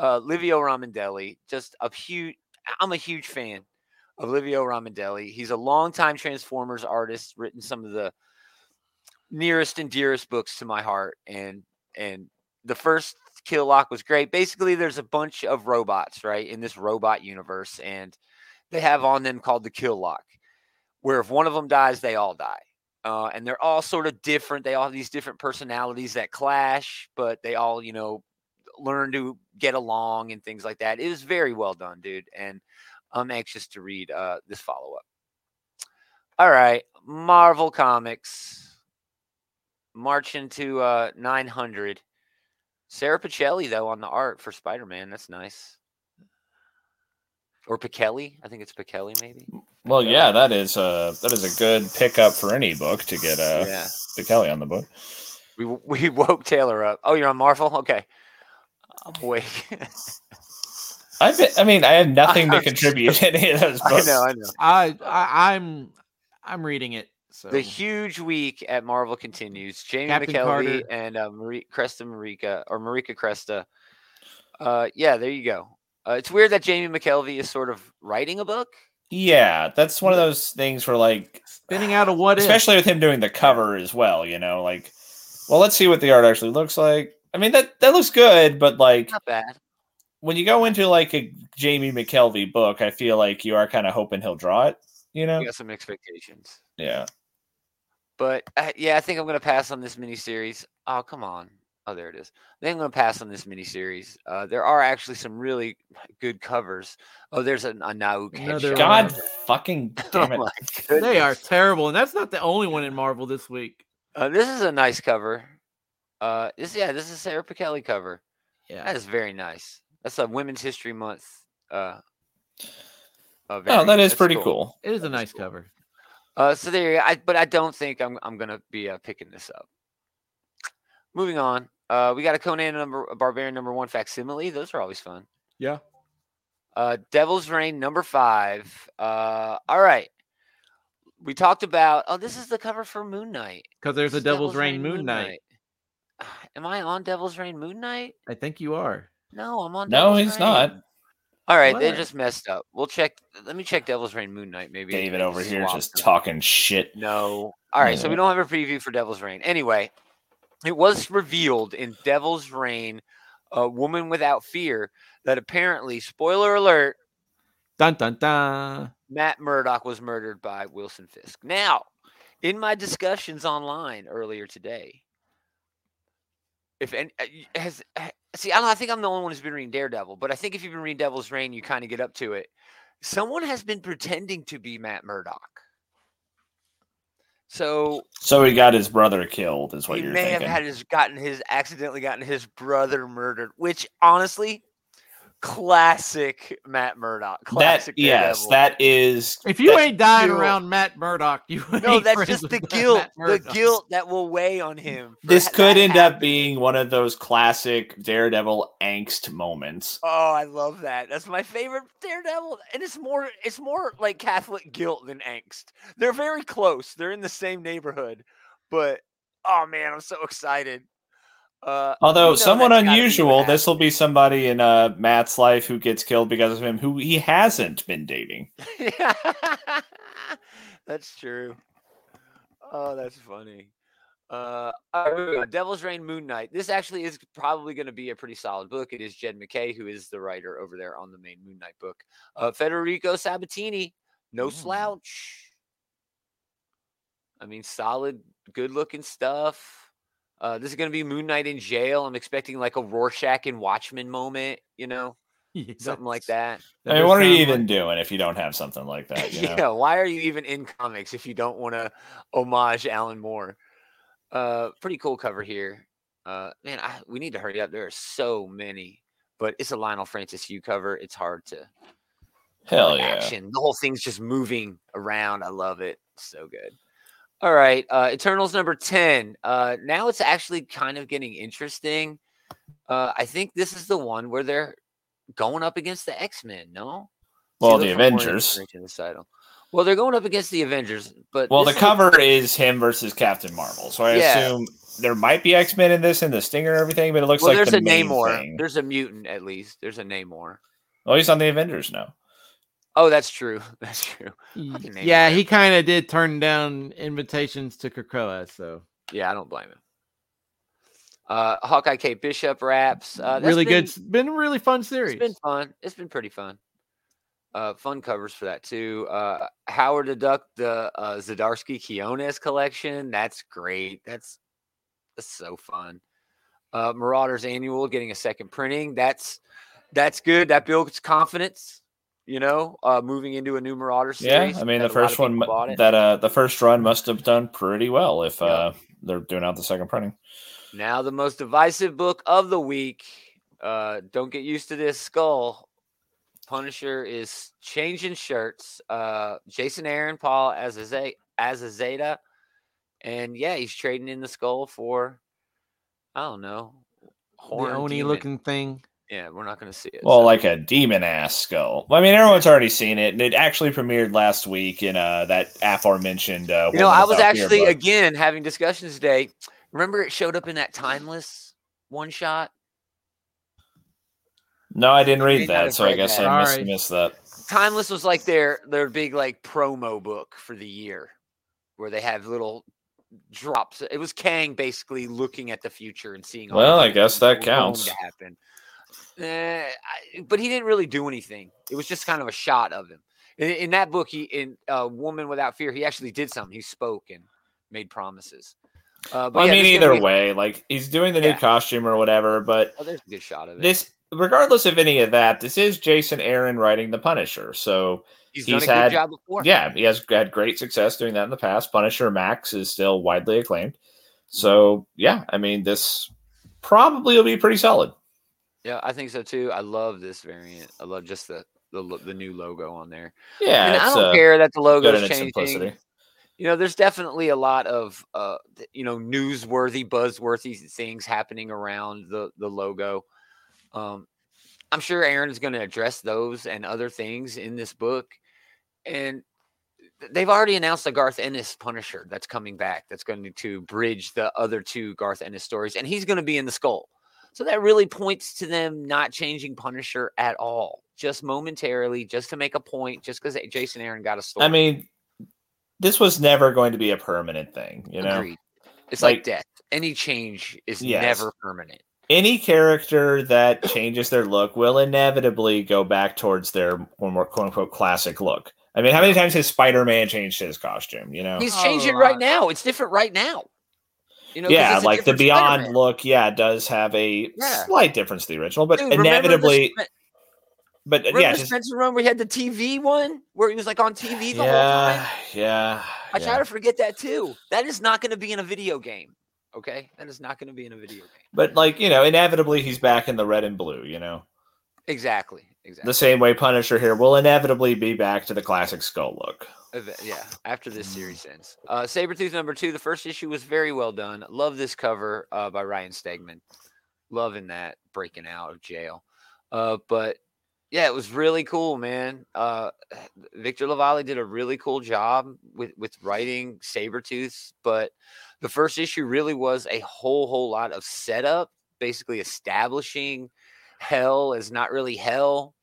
Speaker 1: Uh, Livio Ramondelli, just a huge. I'm a huge fan of Livio Ramondelli. He's a longtime Transformers artist, written some of the nearest and dearest books to my heart, and and the first Kill Lock was great. Basically, there's a bunch of robots right in this robot universe, and they have on them called the Kill Lock where if one of them dies, they all die. Uh, and they're all sort of different. They all have these different personalities that clash, but they all, you know, learn to get along and things like that. It was very well done, dude. And I'm anxious to read uh, this follow up. All right. Marvel Comics marching to uh, 900. Sarah Pacelli, though, on the art for Spider Man. That's nice. Or Pichelli. I think it's Pichelli, maybe.
Speaker 2: Well, yeah, that is a that is a good pickup for any book to get uh
Speaker 1: Yeah.
Speaker 2: the Kelly on the book.
Speaker 1: We we woke Taylor up. Oh, you're on Marvel. Okay, I'm
Speaker 3: Oh.
Speaker 1: awake.
Speaker 2: I, be, I mean, I had nothing to contribute to any of those
Speaker 1: I
Speaker 2: books.
Speaker 1: know. I know.
Speaker 3: I, I I'm I'm reading it. So
Speaker 1: The huge week at Marvel continues. Jamie
Speaker 3: Captain
Speaker 1: McKelvey
Speaker 3: Carter.
Speaker 1: and uh, Marie, Cresta Marika or Marika Cresta. Uh, yeah, there you go. Uh, it's weird that Jamie McKelvey is sort of writing a book.
Speaker 2: Yeah, that's one of those things where, like,
Speaker 3: spinning out of what if.
Speaker 2: especially with him doing the cover as well, you know, like, well, let's see what the art actually looks like. I mean, that that looks good, but like,
Speaker 1: Not bad.
Speaker 2: when you go into like a Jamie McKelvey book, I feel like you are kind of hoping he'll draw it. You know?
Speaker 1: We got some expectations,
Speaker 2: Yeah.
Speaker 1: but uh, yeah, I think I'm gonna pass on this miniseries. Oh, come on. Oh, there it is. I think I'm gonna pass on this miniseries. Uh, there are actually some really good covers. Oh, there's an, a Nauk
Speaker 3: Another
Speaker 1: headshot.
Speaker 3: one.
Speaker 2: God fucking damn
Speaker 1: Oh
Speaker 2: it.
Speaker 1: my
Speaker 3: they are
Speaker 1: goodness.
Speaker 3: terrible, and that's not the only one in Marvel this week.
Speaker 1: Uh, this is a nice cover. Uh, this yeah, this is Sarah Pichelli cover.
Speaker 3: Yeah,
Speaker 1: That is very nice. That's a Women's History Month. Uh, uh,
Speaker 2: Oh,
Speaker 1: variant.
Speaker 2: that is
Speaker 1: That's
Speaker 2: pretty cool.
Speaker 3: it is a
Speaker 1: That is
Speaker 3: nice
Speaker 1: cool.
Speaker 3: cover.
Speaker 1: Uh, so there, you go. I but I don't think I'm I'm gonna be uh, picking this up. Moving on, uh, we got a Conan number, a Barbarian number one facsimile. Those are always fun.
Speaker 3: Yeah.
Speaker 1: Uh, Devil's Reign number five. Uh, all right. We talked about. Oh, this is the cover for Moon Knight.
Speaker 3: Because there's a
Speaker 1: It's
Speaker 3: Devil's, Reign Moon Knight.
Speaker 1: Knight. Am I on Devil's Reign Moon Knight?
Speaker 3: I think you are.
Speaker 1: No, I'm on.
Speaker 2: No,
Speaker 1: Devil's
Speaker 2: he's not.
Speaker 1: Reign. All right, they
Speaker 3: What?
Speaker 1: just messed up. We'll check. Let me check Devil's Reign Moon Knight. Maybe and
Speaker 2: David
Speaker 1: they
Speaker 2: over here
Speaker 1: swapped
Speaker 2: just
Speaker 1: them.
Speaker 2: talking shit.
Speaker 1: No. All right, so we don't have a preview for Devil's Reign. Anyway, it was revealed in Devil's Reign, a woman without fear, that apparently, spoiler alert,
Speaker 3: Dun dun dun.
Speaker 1: Matt Murdock was murdered by Wilson Fisk. Now, in my discussions online earlier today, if and has ha- see, I don't. I think I'm the only one who's been reading Daredevil, but I think if you've been reading Devil's Reign, you kind of get up to it. Someone has been pretending to be Matt Murdock. So
Speaker 2: So he got his brother killed, is what
Speaker 1: he
Speaker 2: you're
Speaker 1: may
Speaker 2: thinking.
Speaker 1: have had his gotten his accidentally gotten his brother murdered, which honestly, classic Matt Murdock.
Speaker 2: that
Speaker 1: Classic
Speaker 2: yes,
Speaker 1: Daredevil.
Speaker 2: that is
Speaker 3: If you
Speaker 2: That's
Speaker 3: ain't dying
Speaker 1: guilt.
Speaker 3: around Matt Murdock, you
Speaker 1: No,
Speaker 3: ain't
Speaker 1: that's
Speaker 3: friends
Speaker 1: just
Speaker 3: with
Speaker 1: the
Speaker 3: Matt
Speaker 1: guilt. The
Speaker 3: Murdock.
Speaker 1: guilt that will weigh on him. for
Speaker 2: this
Speaker 1: ha-
Speaker 2: could
Speaker 1: that
Speaker 2: end up
Speaker 1: happening.
Speaker 2: being one of those classic Daredevil angst moments.
Speaker 1: Oh, I love that. That's my favorite Daredevil, and it's more it's more like Catholic guilt than angst. They're very close. They're in the same neighborhood, but oh man, I'm so excited. Uh,
Speaker 2: Although
Speaker 1: know
Speaker 2: somewhat
Speaker 1: that's gotta be what
Speaker 2: unusual, this will
Speaker 1: happened.
Speaker 2: be somebody in uh, Matt's life who gets killed because of him, who he hasn't been dating.
Speaker 1: Yeah, that's true. Oh, that's funny. Uh, all right, here we go. Devil's Reign Moon Knight. This actually is probably going to be a pretty solid book. It is Jed McKay, who is the writer over there on the main Moon Knight book. Uh, Federico Sabatini, no
Speaker 3: Mm.
Speaker 1: slouch. I mean, solid, good looking stuff. Uh, this is going to be Moon Knight in jail. I'm expecting like a Rorschach and Watchmen moment, you know,
Speaker 3: Yeah,
Speaker 1: something like
Speaker 3: that's-
Speaker 1: that.
Speaker 3: that
Speaker 2: I mean,
Speaker 3: does
Speaker 2: what are you
Speaker 3: sound
Speaker 2: even
Speaker 3: like-
Speaker 2: doing if you don't have something like that? You know?
Speaker 1: yeah, why are you even in comics if you don't want to homage Alan Moore? Uh, pretty cool cover here. Uh, man, I, we need to hurry up. There are so many, but it's a Lionel Francis Hugh cover. It's hard to
Speaker 2: Hell
Speaker 1: like,
Speaker 2: yeah.
Speaker 1: action. The whole thing's just moving around. I love it. So good. All right, uh, Eternals number ten. Uh, now it's actually kind of getting interesting. Uh, I think this is the one where they're going up against the X Men. No, See,
Speaker 2: Well,
Speaker 1: look
Speaker 2: the
Speaker 1: for more
Speaker 2: Avengers.
Speaker 1: information in this title. Well, they're going up against the Avengers, but
Speaker 2: Well, the
Speaker 1: this is-
Speaker 2: cover is him versus Captain Marvel, so I
Speaker 1: Yeah.
Speaker 2: assume there might be X Men in this and the Stinger and everything, but it looks
Speaker 1: well,
Speaker 2: like
Speaker 1: there's
Speaker 2: the
Speaker 1: a
Speaker 2: main
Speaker 1: Namor.
Speaker 2: thing.
Speaker 1: There's a mutant at least. There's a Namor.
Speaker 2: Well, he's on the Avengers now.
Speaker 1: Oh, that's true. That's true. Fucking name
Speaker 3: Yeah, he kind of did turn down invitations to Krakoa, so
Speaker 1: Yeah, I don't blame him. Uh, Hawkeye K Bishop wraps. Uh, that's
Speaker 3: really
Speaker 1: been-
Speaker 3: good. It's been a really fun series.
Speaker 1: It's been fun. It's been pretty fun. Uh, fun covers for that too. Uh, Howard the Duck, the uh, Zadarsky Kiones collection. That's great. That's that's so fun. Uh, Marauders Annual getting a second printing. That's that's good. That builds confidence. You know, uh, moving into a new Marauder series.
Speaker 2: Yeah, I mean
Speaker 1: that
Speaker 2: the
Speaker 1: a lot of
Speaker 2: first one
Speaker 1: people bought
Speaker 2: mu-
Speaker 1: it.
Speaker 2: that uh the first run must have done pretty well if
Speaker 1: Yeah.
Speaker 2: uh they're doing out the second printing.
Speaker 1: Now the most divisive book of the week. Uh, don't get used to this skull. Punisher is changing shirts. Uh, Jason Aaron Paul as a Ze- as a Zeta, and yeah, he's trading in the skull for I don't know.
Speaker 3: the
Speaker 1: Horn
Speaker 3: oni
Speaker 1: demon.
Speaker 3: looking thing.
Speaker 1: Yeah, we're not going to see it.
Speaker 2: Well,
Speaker 1: so-
Speaker 2: like a demon ass skull. Well, I mean, everyone's already seen it, and it actually premiered last week in uh, that aforementioned. Uh,
Speaker 1: you know,
Speaker 2: Woman
Speaker 1: I was
Speaker 2: Without Fear
Speaker 1: actually
Speaker 2: book.
Speaker 1: again having discussions today. Remember, it showed up in that timeless one shot.
Speaker 2: no, I didn't
Speaker 1: may
Speaker 2: read
Speaker 1: not
Speaker 2: that,
Speaker 1: have
Speaker 2: so I
Speaker 1: read
Speaker 2: guess
Speaker 1: that.
Speaker 2: I missed,
Speaker 3: Sorry.
Speaker 2: missed that.
Speaker 1: Timeless was like their their big like promo book for the year, where they have little drops. It was Kang basically looking at the future and seeing. all the
Speaker 2: Well, I
Speaker 1: things
Speaker 2: guess that
Speaker 1: were going
Speaker 2: counts.
Speaker 1: To happen. Eh, I- but he didn't really do anything. It was just kind of a shot of him. In, in that book, he in uh, Woman Without Fear, he actually did something. He spoke and made promises. Uh, but
Speaker 2: Well,
Speaker 1: yeah,
Speaker 2: I mean,
Speaker 1: this gonna
Speaker 2: either
Speaker 1: be-
Speaker 2: way, like he's doing the
Speaker 1: Yeah.
Speaker 2: new costume or whatever, but
Speaker 1: Oh, there's a good shot of it.
Speaker 2: this, regardless of any of that, this is Jason Aaron writing the Punisher, so
Speaker 1: he's,
Speaker 2: he's
Speaker 1: done a
Speaker 2: had-
Speaker 1: good job before.
Speaker 2: yeah, he has had great success doing that in the past. Punisher Max is still widely acclaimed.
Speaker 1: Mm-hmm.
Speaker 2: So, yeah, I mean, this probably will be pretty solid.
Speaker 1: yeah, I think so too. I love this variant. I love just the the, lo- the new logo on there.
Speaker 2: Yeah,
Speaker 1: and I
Speaker 2: it's,
Speaker 1: don't
Speaker 2: uh,
Speaker 1: care that the
Speaker 2: good
Speaker 1: logo's
Speaker 2: in its
Speaker 1: changing.
Speaker 2: simplicity.
Speaker 1: You know, there's definitely a lot of uh, th- you know newsworthy, buzzworthy things happening around the the logo. Um, I'm sure Aaron's going to address those and other things in this book, and th- they've already announced the Garth Ennis Punisher that's coming back. That's going to bridge the other two Garth Ennis stories, and he's going to be in the Skull. So that really points to them not changing Punisher at all, just momentarily, just to make a point, just because Jason Aaron got a story.
Speaker 2: I mean, this was never going to be a permanent thing, you know.
Speaker 1: Agreed. It's like,
Speaker 2: Like-
Speaker 1: death. Any change is
Speaker 2: Yes.
Speaker 1: never permanent.
Speaker 2: Any character that changes their look will inevitably go back towards their more quote unquote classic look. I mean, how many times has Spider Man changed his costume, you know?
Speaker 1: He's
Speaker 3: A
Speaker 1: changing right
Speaker 3: lot.
Speaker 1: now. It's different right now. You know, 'cause
Speaker 2: yeah,
Speaker 1: it's a
Speaker 2: like the
Speaker 1: different
Speaker 2: Beyond
Speaker 1: Spider-Man.
Speaker 2: look, yeah, it does have a
Speaker 1: Yeah.
Speaker 2: slight difference to the original, but
Speaker 1: Dude, remember the
Speaker 2: inevitably,
Speaker 1: Spen-
Speaker 2: but
Speaker 1: remember
Speaker 2: yeah,
Speaker 1: the
Speaker 2: just-
Speaker 1: Spencer run where he had the TV one where he was like on TV the whole
Speaker 2: yeah,
Speaker 1: time.
Speaker 2: yeah.
Speaker 1: I
Speaker 2: yeah.
Speaker 1: try to forget that too. That is not going to be in a video game. Okay, that is not going to be in a video game.
Speaker 2: But like you know, inevitably he's back in the red and blue. You know,
Speaker 1: Exactly. Exactly.
Speaker 2: the same way Punisher here will inevitably be back to the classic skull look.
Speaker 1: Eve- yeah, after this series ends. Uh, Sabretooth number two, the first issue was very well done. Love this cover uh, by Ryan Stegman. Loving that breaking out of jail. Uh, but yeah, it was really cool, man. Uh, Victor Lavalle did a really cool job with, with writing Sabretooth, but the first issue really was a whole, whole lot of setup, basically establishing hell is not really hell.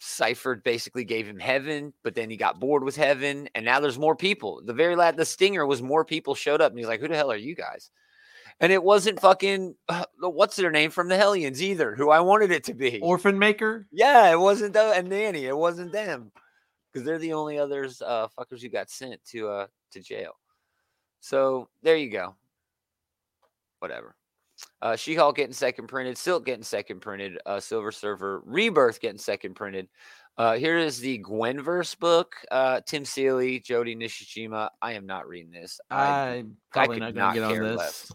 Speaker 1: Seifert basically gave him heaven, but then he got bored with heaven, and now there's more people. The very last, the stinger was more people showed up, and he's like, "Who the hell are you guys?" And it wasn't fucking uh, what's their name from the Hellions either, who I wanted it to be.
Speaker 3: Orphan Maker.
Speaker 1: yeah, it wasn't the and Nanny, it wasn't them, because they're the only others uh, fuckers who got sent to uh to jail. So there you go. Whatever. Uh, she Hulk getting second printed, Silk getting second printed, uh, Silver Surfer Rebirth getting second printed. Uh, here is the Gwenverse book. Uh, Tim Seeley, Jody Nishijima. I am not reading this. I,
Speaker 3: I'm probably
Speaker 1: could
Speaker 3: not
Speaker 1: not
Speaker 3: gonna get on
Speaker 1: care
Speaker 3: this.
Speaker 1: less.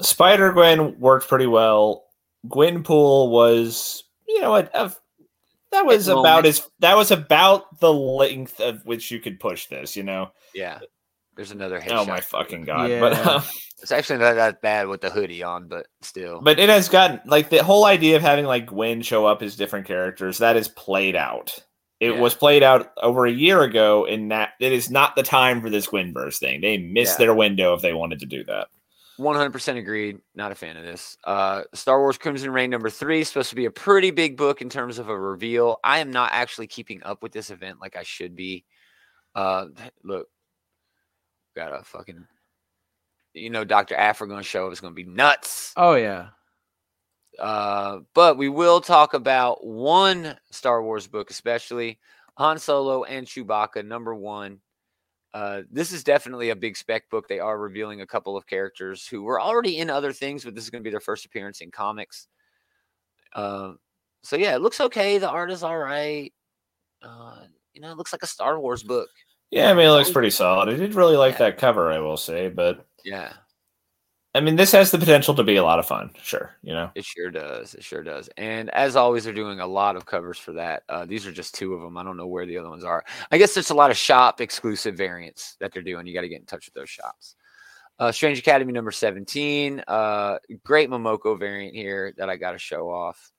Speaker 2: Spider Gwen worked pretty well. Gwenpool was, you know, what a, that was
Speaker 1: the
Speaker 2: about
Speaker 1: moment.
Speaker 2: as that was about the length of which you could push this. You know,
Speaker 1: yeah. There's another headshot.
Speaker 2: oh my fucking god!
Speaker 3: Yeah.
Speaker 2: But um,
Speaker 1: It's actually not that bad with the hoodie on, but still.
Speaker 2: but it has gotten like the whole idea of having like Gwen show up as different characters that is played out. It
Speaker 1: Yeah.
Speaker 2: was played out over a year ago, and that it is not the time for this Gwenverse thing. They missed
Speaker 1: Yeah.
Speaker 2: their window if they wanted to do that.
Speaker 1: 100% agreed. Not a fan of this. Uh, Star Wars Crimson Reign number three is supposed to be a pretty big book in terms of a reveal. I am not actually keeping up with this event like I should be. Uh, look, got a fucking, you know, Dr. Afra going to show up. It's going to be nuts.
Speaker 3: Oh yeah.
Speaker 1: Uh, but we will talk about one Star Wars book, especially Han Solo and Chewbacca, number one. Uh, this is definitely a big spec book. They are revealing a couple of characters who were already in other things, but this is going to be their first appearance in comics. Um, so yeah, it looks okay. The art is all right. Uh, you know, it looks like a Star Wars book.
Speaker 2: Yeah, I mean, it looks pretty solid. I did really like
Speaker 1: Yeah.
Speaker 2: that cover, I will say, but
Speaker 1: Yeah,
Speaker 2: I mean, this has the potential to be a lot of fun. Sure, you know.
Speaker 1: it sure does. It sure does. And as always, they're doing a lot of covers for that. Uh, these are just two of them. I don't know where the other ones are. I guess there's a lot of shop exclusive variants that they're doing. You got to get in touch with those shops. Uh, Strange Academy number 17. Uh, great Momoko variant here that I got to show off.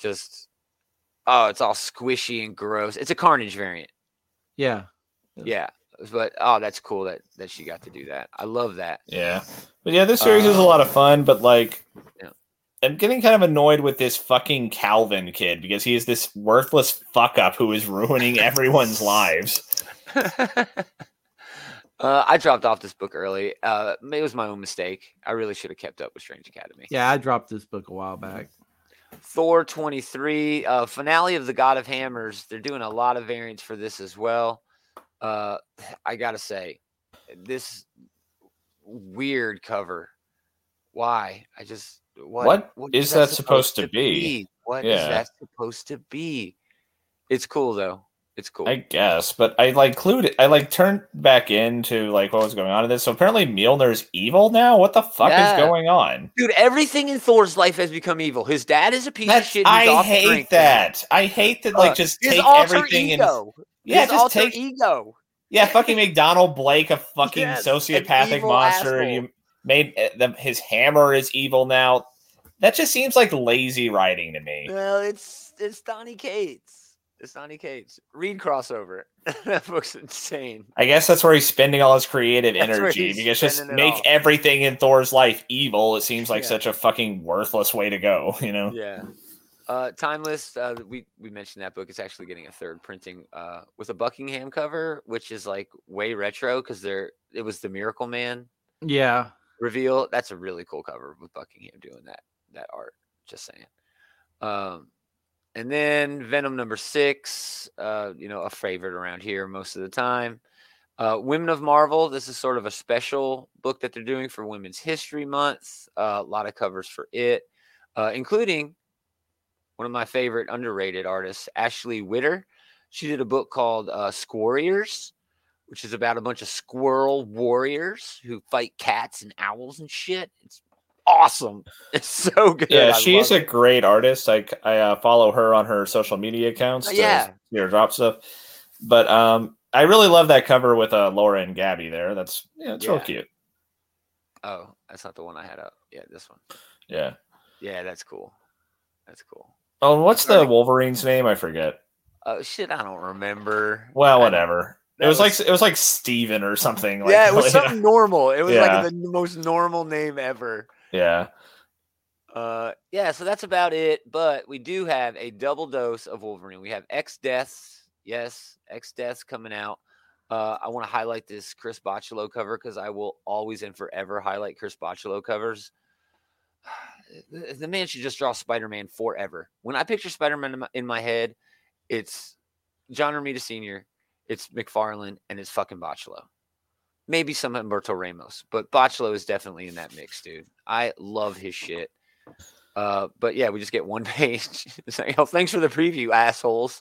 Speaker 1: Just, oh, it's all squishy and gross. It's a Carnage variant.
Speaker 3: Yeah.
Speaker 1: Yeah. But, oh, that's cool that, that she got to do that. I love that.
Speaker 2: Yeah. But yeah, this series is a lot of fun, but like
Speaker 1: Uh, Yeah.
Speaker 2: I'm getting kind of annoyed with this fucking Calvin kid because he is this worthless fuck up who is ruining everyone's lives.
Speaker 1: uh, I dropped off this book early. Uh, it was my own mistake. I really should have kept up with Strange Academy.
Speaker 3: Yeah, I dropped this book a while
Speaker 1: Mm-hmm.
Speaker 3: back.
Speaker 1: Thor 23, uh, finale of the God of Hammers. They're doing a lot of variants for this as well. Uh, I gotta say, this weird cover. Why? I just what
Speaker 2: What is that supposed to be?
Speaker 1: What is
Speaker 2: Yeah.
Speaker 1: that supposed to be? It's cool though. It's cool.
Speaker 2: I guess, but I like clued it. I like turned back into like what was going on in this. So apparently Mjolnir's evil now. What the fuck
Speaker 1: Yeah.
Speaker 2: is going on?
Speaker 1: Dude, everything in Thor's life has become evil. His dad is a piece of
Speaker 2: That's,
Speaker 1: shit. who's
Speaker 2: I
Speaker 1: off
Speaker 2: hate
Speaker 1: drinking.
Speaker 2: that. I hate that. Like
Speaker 1: Uh,
Speaker 2: just
Speaker 1: His
Speaker 2: take
Speaker 1: alter
Speaker 2: everything and
Speaker 1: ego.
Speaker 2: yeah,
Speaker 1: His
Speaker 2: just
Speaker 1: alter
Speaker 2: take
Speaker 1: ego.
Speaker 2: Yeah, fucking make Donald Blake a fucking
Speaker 1: Yes, an
Speaker 2: sociopathic
Speaker 1: evil
Speaker 2: monster.
Speaker 1: asshole.
Speaker 2: You made uh, the, his hammer is evil now. That just seems like lazy writing to me.
Speaker 1: Well, it's it's Donny Cates. It's Donny Cates. Read crossover. that book's insane.
Speaker 2: I guess that's where he's spending all his creative
Speaker 1: That's where
Speaker 2: energy
Speaker 1: he's
Speaker 2: because just
Speaker 1: spending it
Speaker 2: make
Speaker 1: all.
Speaker 2: everything in Thor's life evil. It seems like
Speaker 1: Yeah.
Speaker 2: such a fucking worthless way to go, you know?
Speaker 1: Yeah. Uh, Timeless. Uh, we we mentioned that book. It's actually getting a third printing uh, with a Buckingham cover, which is like way retro because there it was the Miracle Man
Speaker 3: Yeah.
Speaker 1: reveal. That's a really cool cover with Buckingham doing that that art. Just saying. Um, and then Venom number six, uh, you know, a favorite around here most of the time. Uh, Women of Marvel. This is sort of a special book that they're doing for Women's History Month. Uh, a lot of covers for it, uh, including one of my favorite underrated artists, Ashley Witter. She did a book called uh, Squarriors, which is about a bunch of squirrel warriors who fight cats and owls and shit. It's awesome. It's so good.
Speaker 2: Yeah,
Speaker 1: I
Speaker 2: she's
Speaker 1: love
Speaker 2: a great artist. I, I uh, follow her on her social media accounts.
Speaker 1: Oh,
Speaker 2: to
Speaker 1: yeah.
Speaker 2: see her drop stuff. But um, I really love that cover with uh, Laura and Gabby there. That's, yeah, it's real
Speaker 1: Yeah.
Speaker 2: cute.
Speaker 1: Oh, that's not the one I had up. Yeah, this one.
Speaker 2: Yeah.
Speaker 1: Yeah, that's cool. That's cool.
Speaker 2: Oh, and what's the
Speaker 1: Sorry.
Speaker 2: Wolverine's name? I forget.
Speaker 1: Oh shit, I don't remember.
Speaker 2: Well,
Speaker 1: I-
Speaker 2: whatever. It
Speaker 1: that
Speaker 2: was,
Speaker 1: was-
Speaker 2: like it was like Steven or something. Like,
Speaker 1: yeah, it was
Speaker 2: yeah.
Speaker 1: something normal. It was
Speaker 2: Yeah.
Speaker 1: like the n- most normal name ever.
Speaker 2: Yeah.
Speaker 1: Uh, yeah, so that's about it. But we do have a double dose of Wolverine. We have X Deaths. Yes, X Deaths coming out. Uh, I want to highlight this Chris Bocciolo cover because I will always and forever highlight Chris Bocciolo covers. The the man should just draw Spider Man forever. When I picture Spider Man in, my- in my head, it's John Romita Sr., it's McFarlane, and it's fucking Bocciolo. Maybe some Humberto Ramos, but Bocciolo is definitely in that mix, dude. I love his shit. Uh, but yeah, we just get one page. it's like, oh, thanks for the preview, assholes.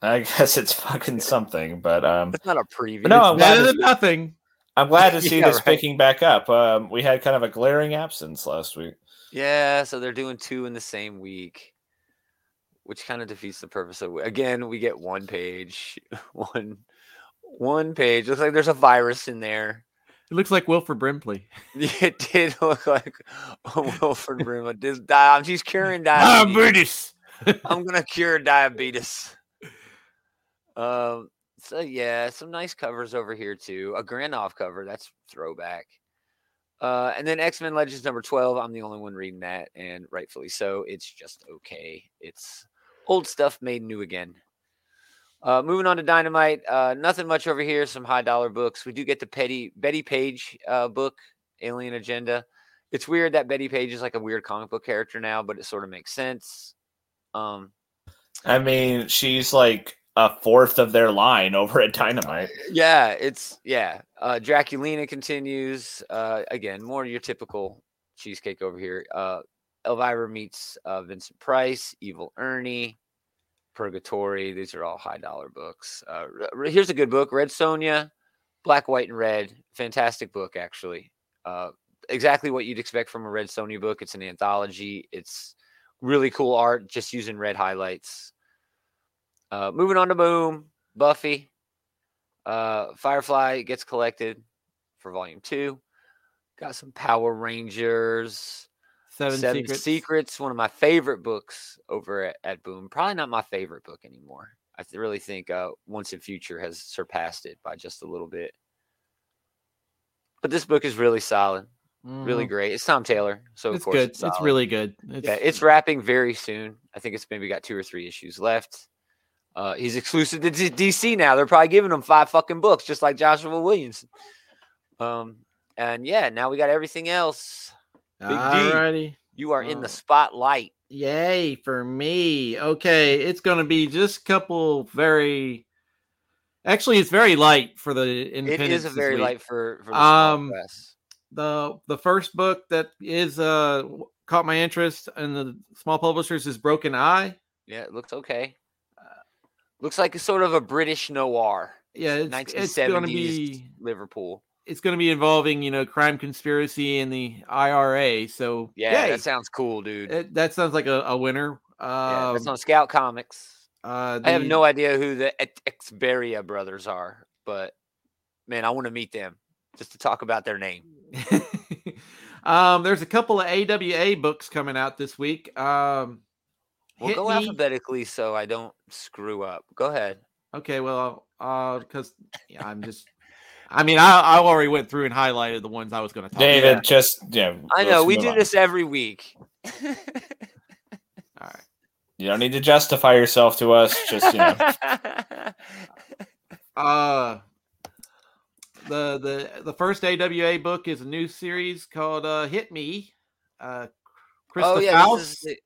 Speaker 2: I guess it's fucking something, but um,
Speaker 1: That's not a preview.
Speaker 2: No,
Speaker 1: it's not-
Speaker 2: I'm glad
Speaker 3: Better
Speaker 2: to
Speaker 3: than nothing.
Speaker 2: I'm glad to see
Speaker 1: Yeah,
Speaker 2: this
Speaker 1: right.
Speaker 2: picking back up. Um, we had kind of a glaring absence last week.
Speaker 1: yeah, so they're doing two in the same week, which kind of defeats the purpose of. Again, we get one page, one, one page. Looks like there's a virus in there.
Speaker 3: It looks like Wilford Brimley.
Speaker 1: It did look like Wilfred Brimley. This di- He's curing
Speaker 3: Ah,
Speaker 1: diabetes.
Speaker 3: British.
Speaker 1: I'm gonna cure diabetes. Um. So yeah, some nice covers over here too. A Granov cover, that's throwback. Uh, and then X Men Legends number twelve. I'm the only one reading that, and rightfully so. It's just okay. It's old stuff made new again. Uh, moving on to Dynamite. Uh, nothing much over here. Some high dollar books. We do get the Petty Betty Page uh, book, Alien Agenda. It's weird that Betty Page is like a weird comic book character now, but it sort of makes sense. Um,
Speaker 2: I mean, she's like a fourth of their line over at Dynamite.
Speaker 1: yeah, it's yeah. Uh, Draculina continues uh, again. More your typical cheesecake over here. Uh, Elvira meets uh, Vincent Price, Evil Ernie, Purgatory. These are all high dollar books. Uh, r- r- here's a good book: Red Sonia, Black, White, and Red. Fantastic book, actually. Uh, exactly what you'd expect from a Red Sonia book. It's an anthology. It's really cool art, just using red highlights. Uh, moving on to Boom, Buffy. Uh, Firefly gets collected. for volume two. Got some Power Rangers.
Speaker 3: Seven,
Speaker 1: Seven,
Speaker 3: secrets.
Speaker 1: Secrets. one of my favorite books over at, at Boom. Probably not my favorite book anymore. I th- really think uh, Once in Future has surpassed it by just a little bit. But this book is really solid, really
Speaker 3: Mhm.
Speaker 1: great. It's Tom Taylor, so of
Speaker 3: Mm-hmm. It's
Speaker 1: course
Speaker 3: good.
Speaker 1: it's,
Speaker 3: It's,
Speaker 1: solid.
Speaker 3: really good. It's,
Speaker 1: yeah. It's wrapping very soon. I think it's maybe got two or three issues left. Uh, he's exclusive to D- DC now. They're probably giving him five fucking books, just like Joshua Williams. Um, and yeah, now we got everything else. Big D.
Speaker 3: Alrighty.
Speaker 1: You are in
Speaker 3: Uh,
Speaker 1: the spotlight.
Speaker 3: Yay for me. Okay, it's going to be just a couple very Actually, it's very light for the
Speaker 1: It
Speaker 3: independence.
Speaker 1: is a
Speaker 3: this
Speaker 1: very
Speaker 3: week.
Speaker 1: light for, for the small
Speaker 3: Um,
Speaker 1: press.
Speaker 3: The the first book that is uh w- caught my interest in the small publishers is Broken Eye.
Speaker 1: Yeah, it looks okay. Looks like a sort of a British noir.
Speaker 3: Yeah, it's, it's going to
Speaker 1: 1970s
Speaker 3: be
Speaker 1: Liverpool.
Speaker 3: it's going to be involving, you know, crime conspiracy and the IRA. So,
Speaker 1: Yeah,
Speaker 3: yay.
Speaker 1: that sounds cool, dude.
Speaker 3: It- Eh, that sounds like a, a winner.
Speaker 1: yeah,
Speaker 3: Um,
Speaker 1: that's on Scout Comics.
Speaker 3: uh,
Speaker 1: I have
Speaker 3: the-
Speaker 1: no idea who the Et- Exberia brothers are, but man, I want to meet them just to talk about their name.
Speaker 3: um, there's a couple of AWA books coming out this week. Um,
Speaker 1: We'll
Speaker 3: Hit
Speaker 1: go
Speaker 3: Me-
Speaker 1: alphabetically so I don't screw up. Go ahead.
Speaker 3: Okay, well, uh, because yeah, I'm just, I mean, I, I already went through and highlighted the ones I was going to talk
Speaker 2: David, just yeah.
Speaker 1: Oh, I
Speaker 2: let's
Speaker 1: know we
Speaker 2: move
Speaker 1: do
Speaker 2: on.
Speaker 1: this every week.
Speaker 3: about. All right.
Speaker 2: You don't need to justify yourself to us. Just you know,
Speaker 3: Uh, the the the first AWA book is a new series called uh, Hit Me. Uh, Chris
Speaker 1: oh yeah,
Speaker 3: LaFouse.
Speaker 1: this is the-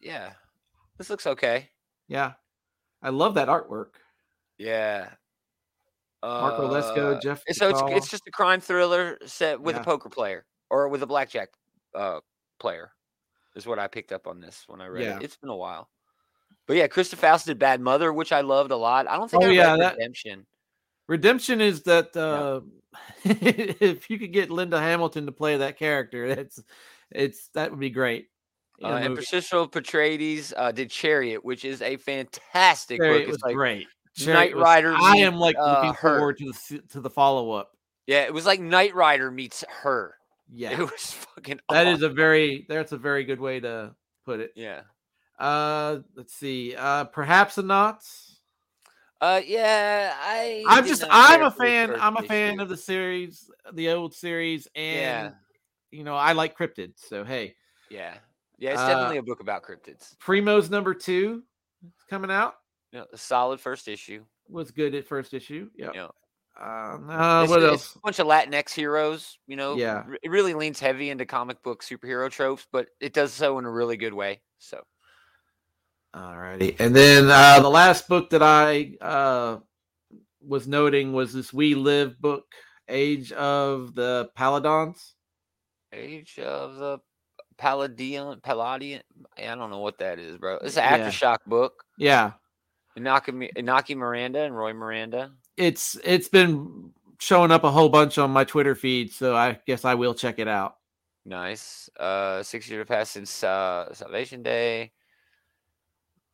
Speaker 1: yeah. This looks okay.
Speaker 3: yeah, I love that artwork.
Speaker 1: Yeah.
Speaker 3: Mark
Speaker 1: Uh,
Speaker 3: Orlesco, Jeff.
Speaker 1: and So it's
Speaker 3: Dacala.
Speaker 1: it's just a crime thriller set with a
Speaker 3: Yeah.
Speaker 1: poker player or with a blackjack uh, player, is what I picked up on this when I read
Speaker 3: Yeah.
Speaker 1: it. It's been a while, but yeah, Krista Faust did Bad Mother, which I loved a lot. I don't think
Speaker 3: Oh,
Speaker 1: I
Speaker 3: yeah,
Speaker 1: read
Speaker 3: that-
Speaker 1: Redemption.
Speaker 3: Redemption is that
Speaker 1: Yeah.
Speaker 3: uh, if you could get Linda Hamilton to play that character, that's it's that would be great. in a
Speaker 1: Uh, and
Speaker 3: movie.
Speaker 1: Patricio Patrades uh, did Chariot, which is a fantastic
Speaker 3: Chariot
Speaker 1: book.
Speaker 3: was
Speaker 1: It's like
Speaker 3: great.
Speaker 1: Knight
Speaker 3: Chariot was-
Speaker 1: Rider
Speaker 3: I am
Speaker 1: meets,
Speaker 3: like
Speaker 1: uh,
Speaker 3: looking
Speaker 1: her.
Speaker 3: forward to the se- to the follow up.
Speaker 1: yeah, it was like Knight Rider meets her. It
Speaker 3: Yeah,
Speaker 1: was fucking.
Speaker 3: that
Speaker 1: awesome.
Speaker 3: is a very that's a very good way to put it.
Speaker 1: yeah.
Speaker 3: Uh, let's see. Uh, perhaps a knots.
Speaker 1: Uh, yeah, I.
Speaker 3: I'm
Speaker 1: did
Speaker 3: just
Speaker 1: not
Speaker 3: I'm
Speaker 1: care
Speaker 3: a
Speaker 1: for the
Speaker 3: fan.
Speaker 1: first
Speaker 3: I'm a fan
Speaker 1: issue.
Speaker 3: of the series, the old series,
Speaker 1: Yeah.
Speaker 3: and you know I like cryptid. So hey,
Speaker 1: Yeah, yeah, it's
Speaker 3: Uh,
Speaker 1: definitely a book about cryptids.
Speaker 3: Primo's number two is coming out.
Speaker 1: You know, a solid first issue.
Speaker 3: was good at first issue. Yep.
Speaker 1: Yeah.
Speaker 3: Um, uh,
Speaker 1: It's-
Speaker 3: what
Speaker 1: it's
Speaker 3: else?
Speaker 1: A bunch of Latinx heroes. You know,
Speaker 3: Yeah.
Speaker 1: r- it really leans heavy into comic book superhero tropes, but it does so in a really good way. So
Speaker 3: Alrighty. And then uh, the last book that I uh, was noting was this We Live book, Age of the Paladons.
Speaker 1: Age of the Palladian, Palladian. I don't know what that is, bro. It's an
Speaker 3: Yeah.
Speaker 1: aftershock book.
Speaker 3: Yeah.
Speaker 1: Inaki, Mi- Inaki Miranda and Roy Miranda.
Speaker 3: It's it's been showing up a whole bunch on my Twitter feed, so I guess I will check it out.
Speaker 1: Nice. Uh, six years passed since uh, Salvation Day.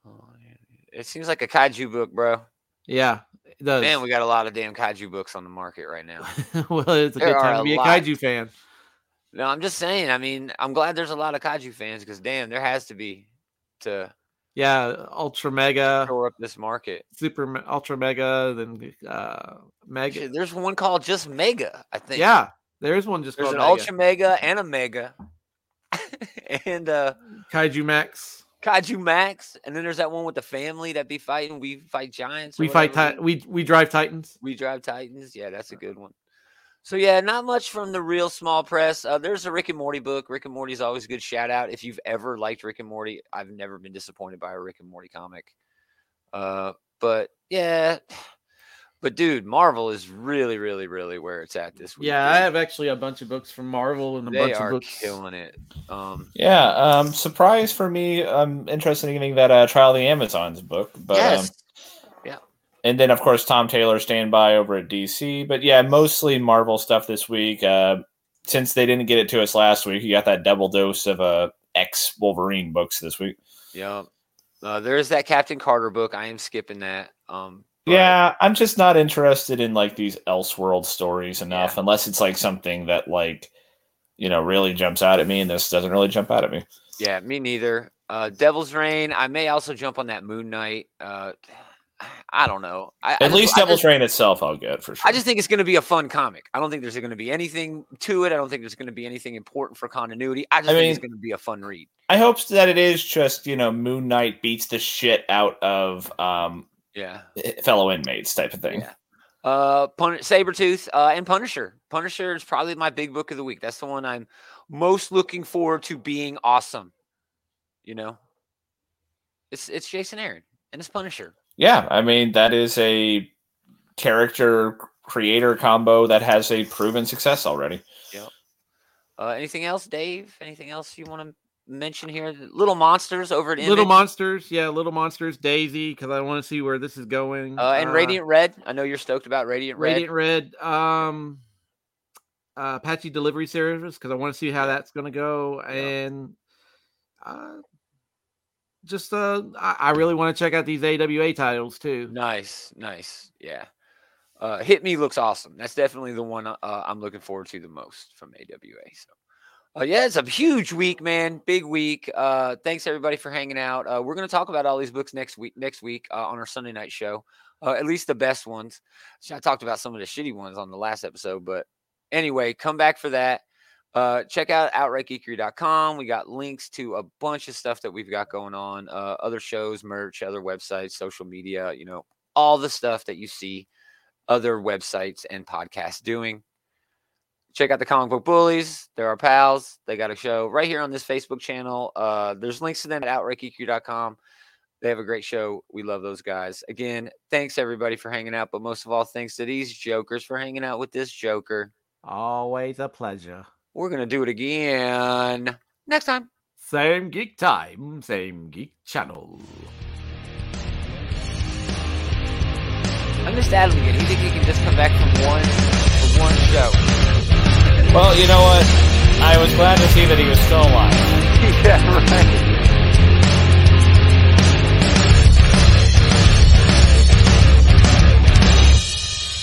Speaker 1: Oh, yeah. It seems like a kaiju book, bro.
Speaker 3: Yeah. It does.
Speaker 1: Man, we got a lot of damn kaiju books on the market right now.
Speaker 3: well, it's a
Speaker 1: There
Speaker 3: good
Speaker 1: are
Speaker 3: time
Speaker 1: a
Speaker 3: to be
Speaker 1: lot.
Speaker 3: a kaiju fan.
Speaker 1: No, I'm just saying. I mean, I'm glad there's a lot of kaiju fans because damn, there has to be to
Speaker 3: Yeah, Ultra Mega,
Speaker 1: shore up this market.
Speaker 3: Super Me- Ultra Mega, then uh Mega.
Speaker 1: Shit, there's one called just Mega, I think.
Speaker 3: Yeah, there is one just
Speaker 1: there's
Speaker 3: called
Speaker 1: an
Speaker 3: Mega.
Speaker 1: Ultra Mega and a Mega, and uh
Speaker 3: Kaiju Max.
Speaker 1: Kaiju Max, and then there's that one with the family that be fighting. We fight giants. or
Speaker 3: We fight
Speaker 1: whatever.
Speaker 3: ti- we we drive Titans.
Speaker 1: We drive Titans. Yeah, that's a good one. So yeah, not much from the real small press. Uh, there's a Rick and Morty book. Rick and Morty's always a good shout out. If you've ever liked Rick and Morty, I've never been disappointed by a Rick and Morty comic. Uh, but yeah, but dude, Marvel is really, really, really where it's at this week.
Speaker 3: Yeah, I
Speaker 1: dude.
Speaker 3: have actually a bunch of books from Marvel and a
Speaker 1: they
Speaker 3: bunch
Speaker 1: are
Speaker 3: of books.
Speaker 1: killing it. Um,
Speaker 2: yeah. Um, surprise for me. I'm interested in getting that uh, Trial of the Amazons book, but um,
Speaker 1: yes,
Speaker 2: and then of course Tom Taylor standby over at DC. But yeah, mostly Marvel stuff this week. Uh, since they didn't get it to us last week, you got that double dose of uh, X Wolverine books this week.
Speaker 1: yeah. Uh, there is that Captain Carter book. I am skipping that. Um,
Speaker 2: Yeah, I'm just not interested in like these elseworld stories enough, unless it's like something that like you know really jumps out at me, and this doesn't really jump out at me.
Speaker 1: Yeah, me neither. Uh, Devil's Rain. I may also jump on that Moon Knight. Uh, I don't know. I, I
Speaker 2: At
Speaker 1: just-
Speaker 2: least
Speaker 1: I
Speaker 2: Devil's
Speaker 1: just-
Speaker 2: Rain itself, I'll get for sure.
Speaker 1: I just think it's going to be a fun comic. I don't think there's going to be anything to it. I don't think there's going to be anything important for continuity. I just think it's
Speaker 2: mean-
Speaker 1: going to be a fun read.
Speaker 2: I hope that it is just you know Moon Knight beats the shit out of um
Speaker 1: Yeah.
Speaker 2: fellow inmates type of thing.
Speaker 1: Yeah. Uh, Pun- Sabretooth uh, and Punisher. Punisher is probably my big book of the week. That's the one I'm most looking forward to being awesome. You know, it's it's Jason Aaron and it's Punisher.
Speaker 2: Yeah, I mean that is a character creator combo that has a proven success already.
Speaker 1: Uh, anything else, Dave? Anything else you want to mention here? Little Monsters over at
Speaker 3: Little
Speaker 1: Image,
Speaker 3: monsters, yeah, little monsters. Daisy, because I want to see where this is going.
Speaker 1: uh, and Radiant Red. I know you're stoked about Radiant Red.
Speaker 3: Radiant Red, um, uh, Apache Delivery Service because I want to see how that's going to go, and uh, just uh, I, I really want to check out these AWA titles too.
Speaker 1: Nice, nice. Yeah. Uh, Hit Me looks awesome. That's definitely the one uh, I'm looking forward to the most from AWA. So, uh, yeah, it's a huge week, man. Big week. Uh, thanks everybody for hanging out. Uh, we're gonna talk about all these books next week. Next week uh, on our Sunday night show, uh, at least the best ones. Sh- I talked about some of the shitty ones on the last episode, but anyway, come back for that. Uh, check out outrightgeekery.com. We got links to a bunch of stuff that we've got going on, uh, other shows, merch, other websites, social media, you know, all the stuff that you see other websites and podcasts doing. Check out the comic book bullies. They're our pals. They got a show right here on this Facebook channel. Uh, there's links to them at outrightgeekery.com. They have a great show. We love those guys. Again, thanks everybody for hanging out, but most of all, thanks to these jokers for hanging out with this joker.
Speaker 3: Always a pleasure.
Speaker 1: We're going to do it again next time.
Speaker 3: Same geek time, same geek channel.
Speaker 1: I'm just Adam again. You think he can just come back from one from one show?
Speaker 2: Well, you know what? I was glad to see that he was still alive.
Speaker 1: yeah, right.